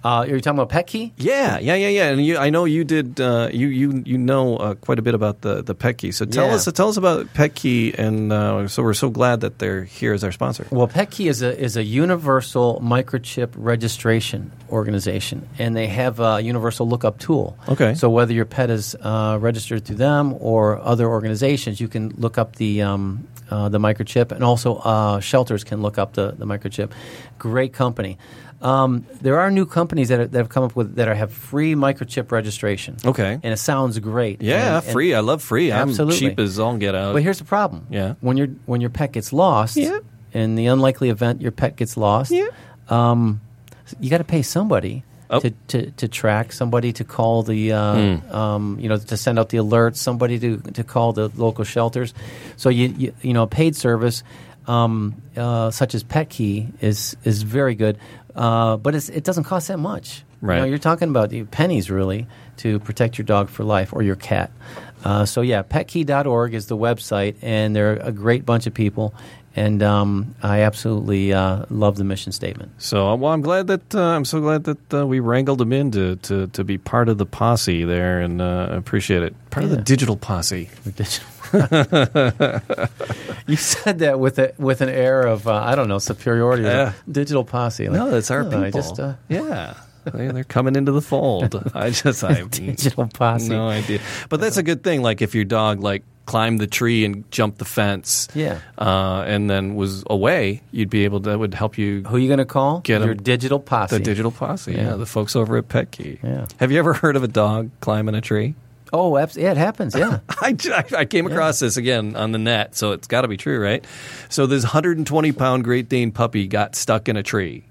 Speaker 3: Uh, are you talking about Petke?
Speaker 2: Yeah, yeah, yeah, yeah. And you, I know you did. Uh, you you you know uh, quite a bit about the the Petke. So tell
Speaker 3: Yeah.
Speaker 2: us tell us about Petke, and uh, so we're so glad that they're here as our sponsor.
Speaker 3: Well, Petke is a is a universal microchip registration organization, and they have a universal lookup tool.
Speaker 2: Okay.
Speaker 3: So whether your pet is uh, registered through them or other organizations, you can look up the um, uh, the microchip, and also uh, shelters can look up the, the microchip. Great company. Um, there are new companies that, are, that have come up with that are, have free microchip registration.
Speaker 2: Okay.
Speaker 3: And it sounds great.
Speaker 2: yeah,
Speaker 3: And- and-
Speaker 2: free. I love free.
Speaker 3: Absolutely.
Speaker 2: I'm cheap as all get out.
Speaker 3: but here's the problem.
Speaker 2: Uh, Yeah.
Speaker 3: When your when your pet gets lost,
Speaker 2: Yeah.
Speaker 3: in the unlikely event your pet gets lost,
Speaker 2: Yeah.
Speaker 3: um, you got to pay somebody
Speaker 2: Oh. Hmm.
Speaker 3: to, to, to track somebody to call the uh, um, you know to send out the alerts somebody to, to call the local shelters so you you, you know a paid service um, uh, such as PetKey is is very good uh, but it's, it doesn't cost that much You know,
Speaker 2: Right.
Speaker 3: you're talking about the pennies really to protect your dog for life or your cat uh, so yeah petkey.org is the website and they're a great bunch of people and um, I absolutely uh, love the mission statement.
Speaker 2: So uh, well, I'm glad that uh, I'm so glad that uh, we wrangled him in to, to, to be part of the posse there, and uh, I appreciate it. Part of the
Speaker 3: Yeah.
Speaker 2: digital posse.
Speaker 3: you said that with a, with an air of uh, I don't know superiority.
Speaker 2: Yeah.
Speaker 3: Digital posse. Like,
Speaker 2: No, that's our
Speaker 3: oh,
Speaker 2: people.
Speaker 3: I just uh,
Speaker 2: yeah, they, they're coming into the fold. I just I
Speaker 3: digital posse.
Speaker 2: no idea. But that's a good thing. Like if your dog like climbed the tree and jumped the fence,
Speaker 3: Yeah.
Speaker 2: uh, and then was away, you'd be able to. That would help you.
Speaker 3: Who you going to call?
Speaker 2: Get 'em.
Speaker 3: your digital posse.
Speaker 2: the digital posse, Oh, yeah.
Speaker 3: Yeah.
Speaker 2: the folks over at Petkey.
Speaker 3: Yeah.
Speaker 2: Have you ever heard of a dog climbing a tree?
Speaker 3: Oh, abs- yeah, it happens. Yeah.
Speaker 2: I, ju- I- I came across this again on the net, so it's got to be true, right? So this 120 pound Great Dane puppy got stuck in a tree,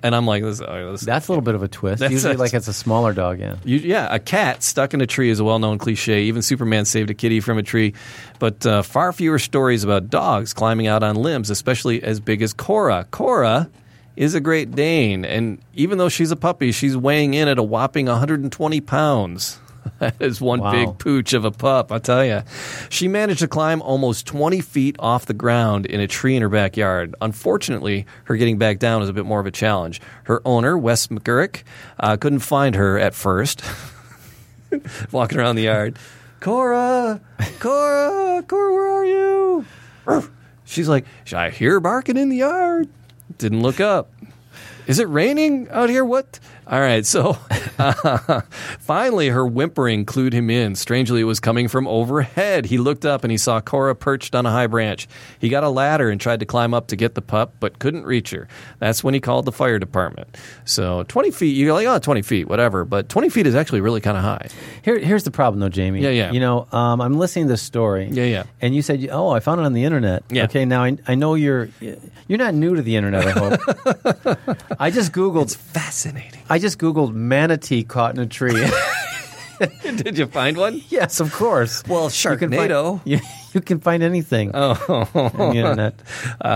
Speaker 2: and I'm like, this, oh, this
Speaker 3: That's a little bit of a twist.
Speaker 2: That's
Speaker 3: Usually,
Speaker 2: a-
Speaker 3: like it's a smaller dog. Yeah.
Speaker 2: you, yeah, a cat stuck in a tree is a well known cliche. Even Superman saved a kitty from a tree, but uh, far fewer stories about dogs climbing out on limbs, especially as big as Cora. Cora is a Great Dane, and even though she's a puppy, she's weighing in at a whopping 120 pounds. That is one
Speaker 3: Wow.
Speaker 2: big pooch of a pup, I tell you. She managed to climb almost 20 feet off the ground in a tree in her backyard. Unfortunately, her getting back down is a bit more of a challenge. Her owner, Wes McGurk, uh, couldn't find her at first, walking around the yard. Cora, Cora, Cora, where are you? Ruff. She's like, I hear barking in the yard. Didn't look up. Is it raining out here? What? All right. So finally, her whimpering clued him in. Strangely, it was coming from overhead. He looked up and he saw Cora perched on a high branch. He got a ladder and tried to climb up to get the pup, but couldn't reach her. That's when he called the fire department. So 20 feet, you're like, oh, 20 feet, whatever. But 20 feet is actually really kind of high.
Speaker 3: Here, here's the problem, though, Jamie.
Speaker 2: Yeah, yeah.
Speaker 3: You know, um, I'm listening to this story.
Speaker 2: Yeah, yeah.
Speaker 3: And you said, "Oh, I found it on the internet."
Speaker 2: Yeah.
Speaker 3: Okay. Now I, I know you're you're not new to the internet. I hope. I just googled.
Speaker 2: Fascinating.
Speaker 3: I just googled manatee caught in a tree.
Speaker 2: Did you find one?
Speaker 3: yes, of course.
Speaker 2: Well, Sharknado.
Speaker 3: You can find, you, you can find anything on the internet.
Speaker 2: Uh,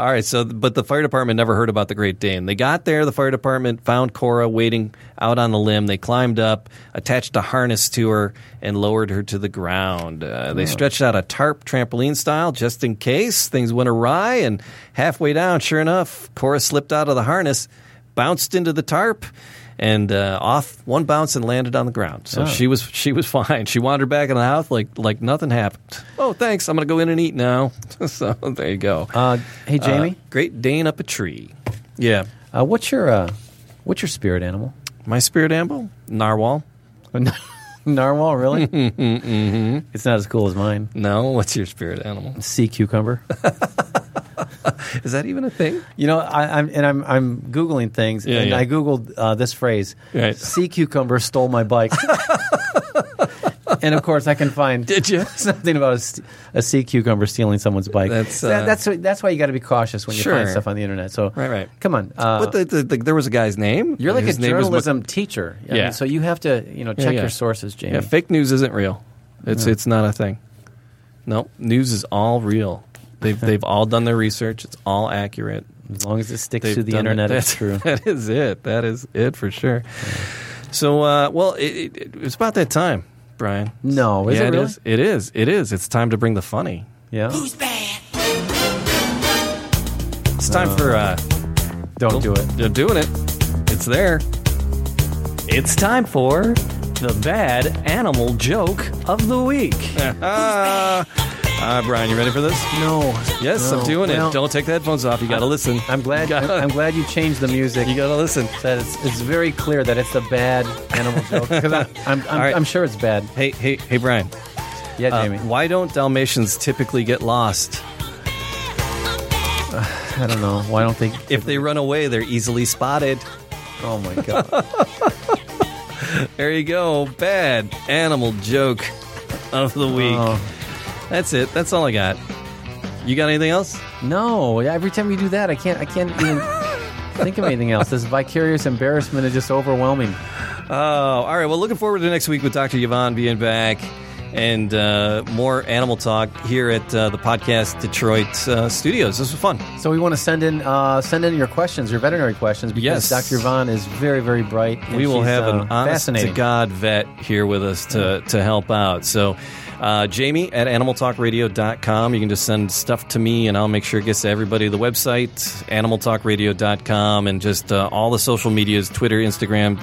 Speaker 2: all right. So, but the fire department never heard about the Great Dane. They got there. The fire department found Cora waiting out on the limb. They climbed up, attached a harness to her, and lowered her to the ground. Uh, they stretched out a tarp, trampoline style, just in case things went awry. And halfway down, sure enough, Cora slipped out of the harness, bounced into the tarp. And uh, off one bounce and landed on the ground. So
Speaker 3: Oh.
Speaker 2: she was she was fine. She wandered back in the house like like nothing happened. Oh, thanks. I'm gonna go in and eat now. so there you go.
Speaker 3: Uh, hey, Jamie,
Speaker 2: Uh, Great Dane up a tree. Yeah.
Speaker 3: uh, what's your uh, what's your spirit animal?
Speaker 2: My spirit animal? Narwhal?
Speaker 3: Narwhal, really? mm-hmm. It's not as cool as mine.
Speaker 2: No, what's your spirit animal?
Speaker 3: Sea cucumber.
Speaker 2: Is that even a thing?
Speaker 3: You know, I, I'm and I'm I'm googling things,
Speaker 2: Yeah,
Speaker 3: and
Speaker 2: yeah.
Speaker 3: I googled uh, this phrase:
Speaker 2: Right.
Speaker 3: "Sea cucumber stole my bike." and of course, I can find
Speaker 2: Did you?
Speaker 3: something about a, st- a sea cucumber stealing someone's bike.
Speaker 2: That's,
Speaker 3: So that-
Speaker 2: uh,
Speaker 3: that's why- that's why you got to be cautious when you
Speaker 2: Sure.
Speaker 3: find stuff on the internet. So
Speaker 2: Right, right.
Speaker 3: Come on, uh,
Speaker 2: but the, the, the, there was a guy's name.
Speaker 3: you're like
Speaker 2: His
Speaker 3: a
Speaker 2: name was Mc-
Speaker 3: journalism teacher, I mean,
Speaker 2: Yeah.
Speaker 3: so you have to you know check
Speaker 2: yeah.
Speaker 3: your sources, Jamie.
Speaker 2: yeah, fake news isn't real. It's it's not a thing. No, news is all real. They've they've all done their research. It's all accurate.
Speaker 3: as long as it sticks
Speaker 2: They've
Speaker 3: to the
Speaker 2: done it.
Speaker 3: internet,
Speaker 2: That's
Speaker 3: it's true.
Speaker 2: That is it. That is it for sure. So, uh, well, it, it, it's about that time, Brian.
Speaker 3: No, Mm, oh, is
Speaker 2: yeah,
Speaker 3: it really?
Speaker 2: is. It is. It is. It's time to bring the funny.
Speaker 3: Yeah,
Speaker 5: Who's bad?
Speaker 2: It's time for uh,
Speaker 3: don't do it.
Speaker 2: You're doing it. It's there.
Speaker 6: It's time for the bad animal joke of the week.
Speaker 2: Ah, Ah, Brian, you ready for this?
Speaker 3: No.
Speaker 2: Yes,
Speaker 3: No.
Speaker 2: I'm doing
Speaker 3: Well-
Speaker 2: it. Don't take the headphones off. You gotta listen.
Speaker 3: I'm glad. I'm, I'm glad you changed the music.
Speaker 2: You gotta listen.
Speaker 3: that it's, it's very clear that it's a bad animal joke because I'm I'm, I'm,
Speaker 2: right.
Speaker 3: I'm sure it's bad.
Speaker 2: Hey, hey, hey, Brian.
Speaker 3: Yeah,
Speaker 2: Uh,
Speaker 3: Jamie.
Speaker 2: why don't Dalmatians typically get lost?
Speaker 3: I don't know. Why don't they?
Speaker 2: If they run away, they're easily spotted.
Speaker 3: Oh my god.
Speaker 2: There you go. Bad animal joke of the week.
Speaker 3: Oh.
Speaker 2: That's it. That's all I got. You got anything else?
Speaker 3: No. Every time you do that, I can't. I can't even. think of anything else. This vicarious embarrassment is just overwhelming.
Speaker 2: Oh, all right. Well, looking forward to next week with Dr. Yvonne being back and uh, more animal talk here at uh, the podcast Detroit uh, studios. This was fun.
Speaker 3: So we want to send in uh, send in your questions, your veterinary questions,
Speaker 2: Yes.
Speaker 3: because Dr. Yvonne is very, very bright. and
Speaker 2: we will
Speaker 3: she's,
Speaker 2: have
Speaker 3: uh,
Speaker 2: an honest to
Speaker 3: fascinating.
Speaker 2: God vet here with us to, to help out. So, uh, Jamie at animaltalkradio.com. You can just send stuff to me and I'll make sure it gets to everybody. The website, animaltalkradio.com, and just uh, all the social medias Twitter, Instagram,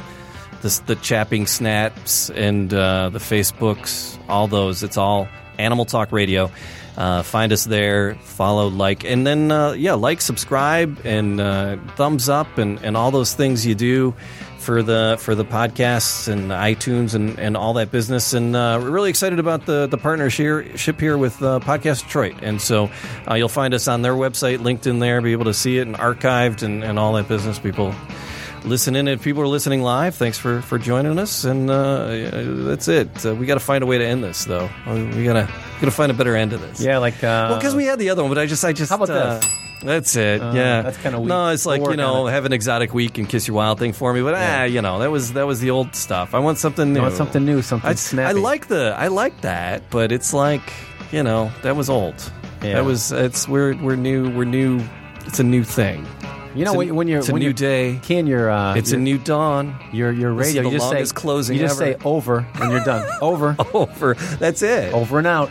Speaker 2: the, the chapping snaps, and uh, the Facebooks, all those. It's all Animal Talk Radio. Uh, find us there, follow, like, and then, uh, yeah, like, subscribe, and uh, thumbs up, and, and all those things you do for the for the podcasts and iTunes and, and all that business. And uh, we're really excited about the the partnership here with uh, Podcast Detroit. And so uh, you'll find us on their website, linked in there, be able to see it and archived and, and all that business. People listen in. If people are listening live, thanks for for joining us. And uh, yeah, that's it. Uh, we got to find a way to end this though. Uh, We gotta gotta find a better end to this.
Speaker 3: Yeah, like uh,
Speaker 2: Well, because we had the other one, but I just, I just.
Speaker 3: How about
Speaker 2: uh,
Speaker 3: this? Uh,
Speaker 2: That's it. yeah,
Speaker 3: that's kinda weak.
Speaker 2: No, it's like
Speaker 3: We'll
Speaker 2: you
Speaker 3: work on
Speaker 2: know,
Speaker 3: it.
Speaker 2: have an exotic week and kiss your wild thing for me. But ah, you know, that was that was the old stuff. I want something new.
Speaker 3: want something new, something
Speaker 2: I, I
Speaker 3: snappy.
Speaker 2: like the, I like that, but it's like you know, that was old.
Speaker 3: Yeah.
Speaker 2: That was it's we're we're new, we're new. It's a new thing.
Speaker 3: you know
Speaker 2: it's a-
Speaker 3: when, when you're
Speaker 2: it's a
Speaker 3: when
Speaker 2: new
Speaker 3: you're-
Speaker 2: day.
Speaker 3: Ken, your uh,
Speaker 2: It's
Speaker 3: your,
Speaker 2: a new dawn.
Speaker 3: your your
Speaker 2: This is
Speaker 3: radio.
Speaker 2: the
Speaker 3: you just say
Speaker 2: longest closing
Speaker 3: You just
Speaker 2: ever.
Speaker 3: say over and you're done. over,
Speaker 2: Over. That's it.
Speaker 3: over and out.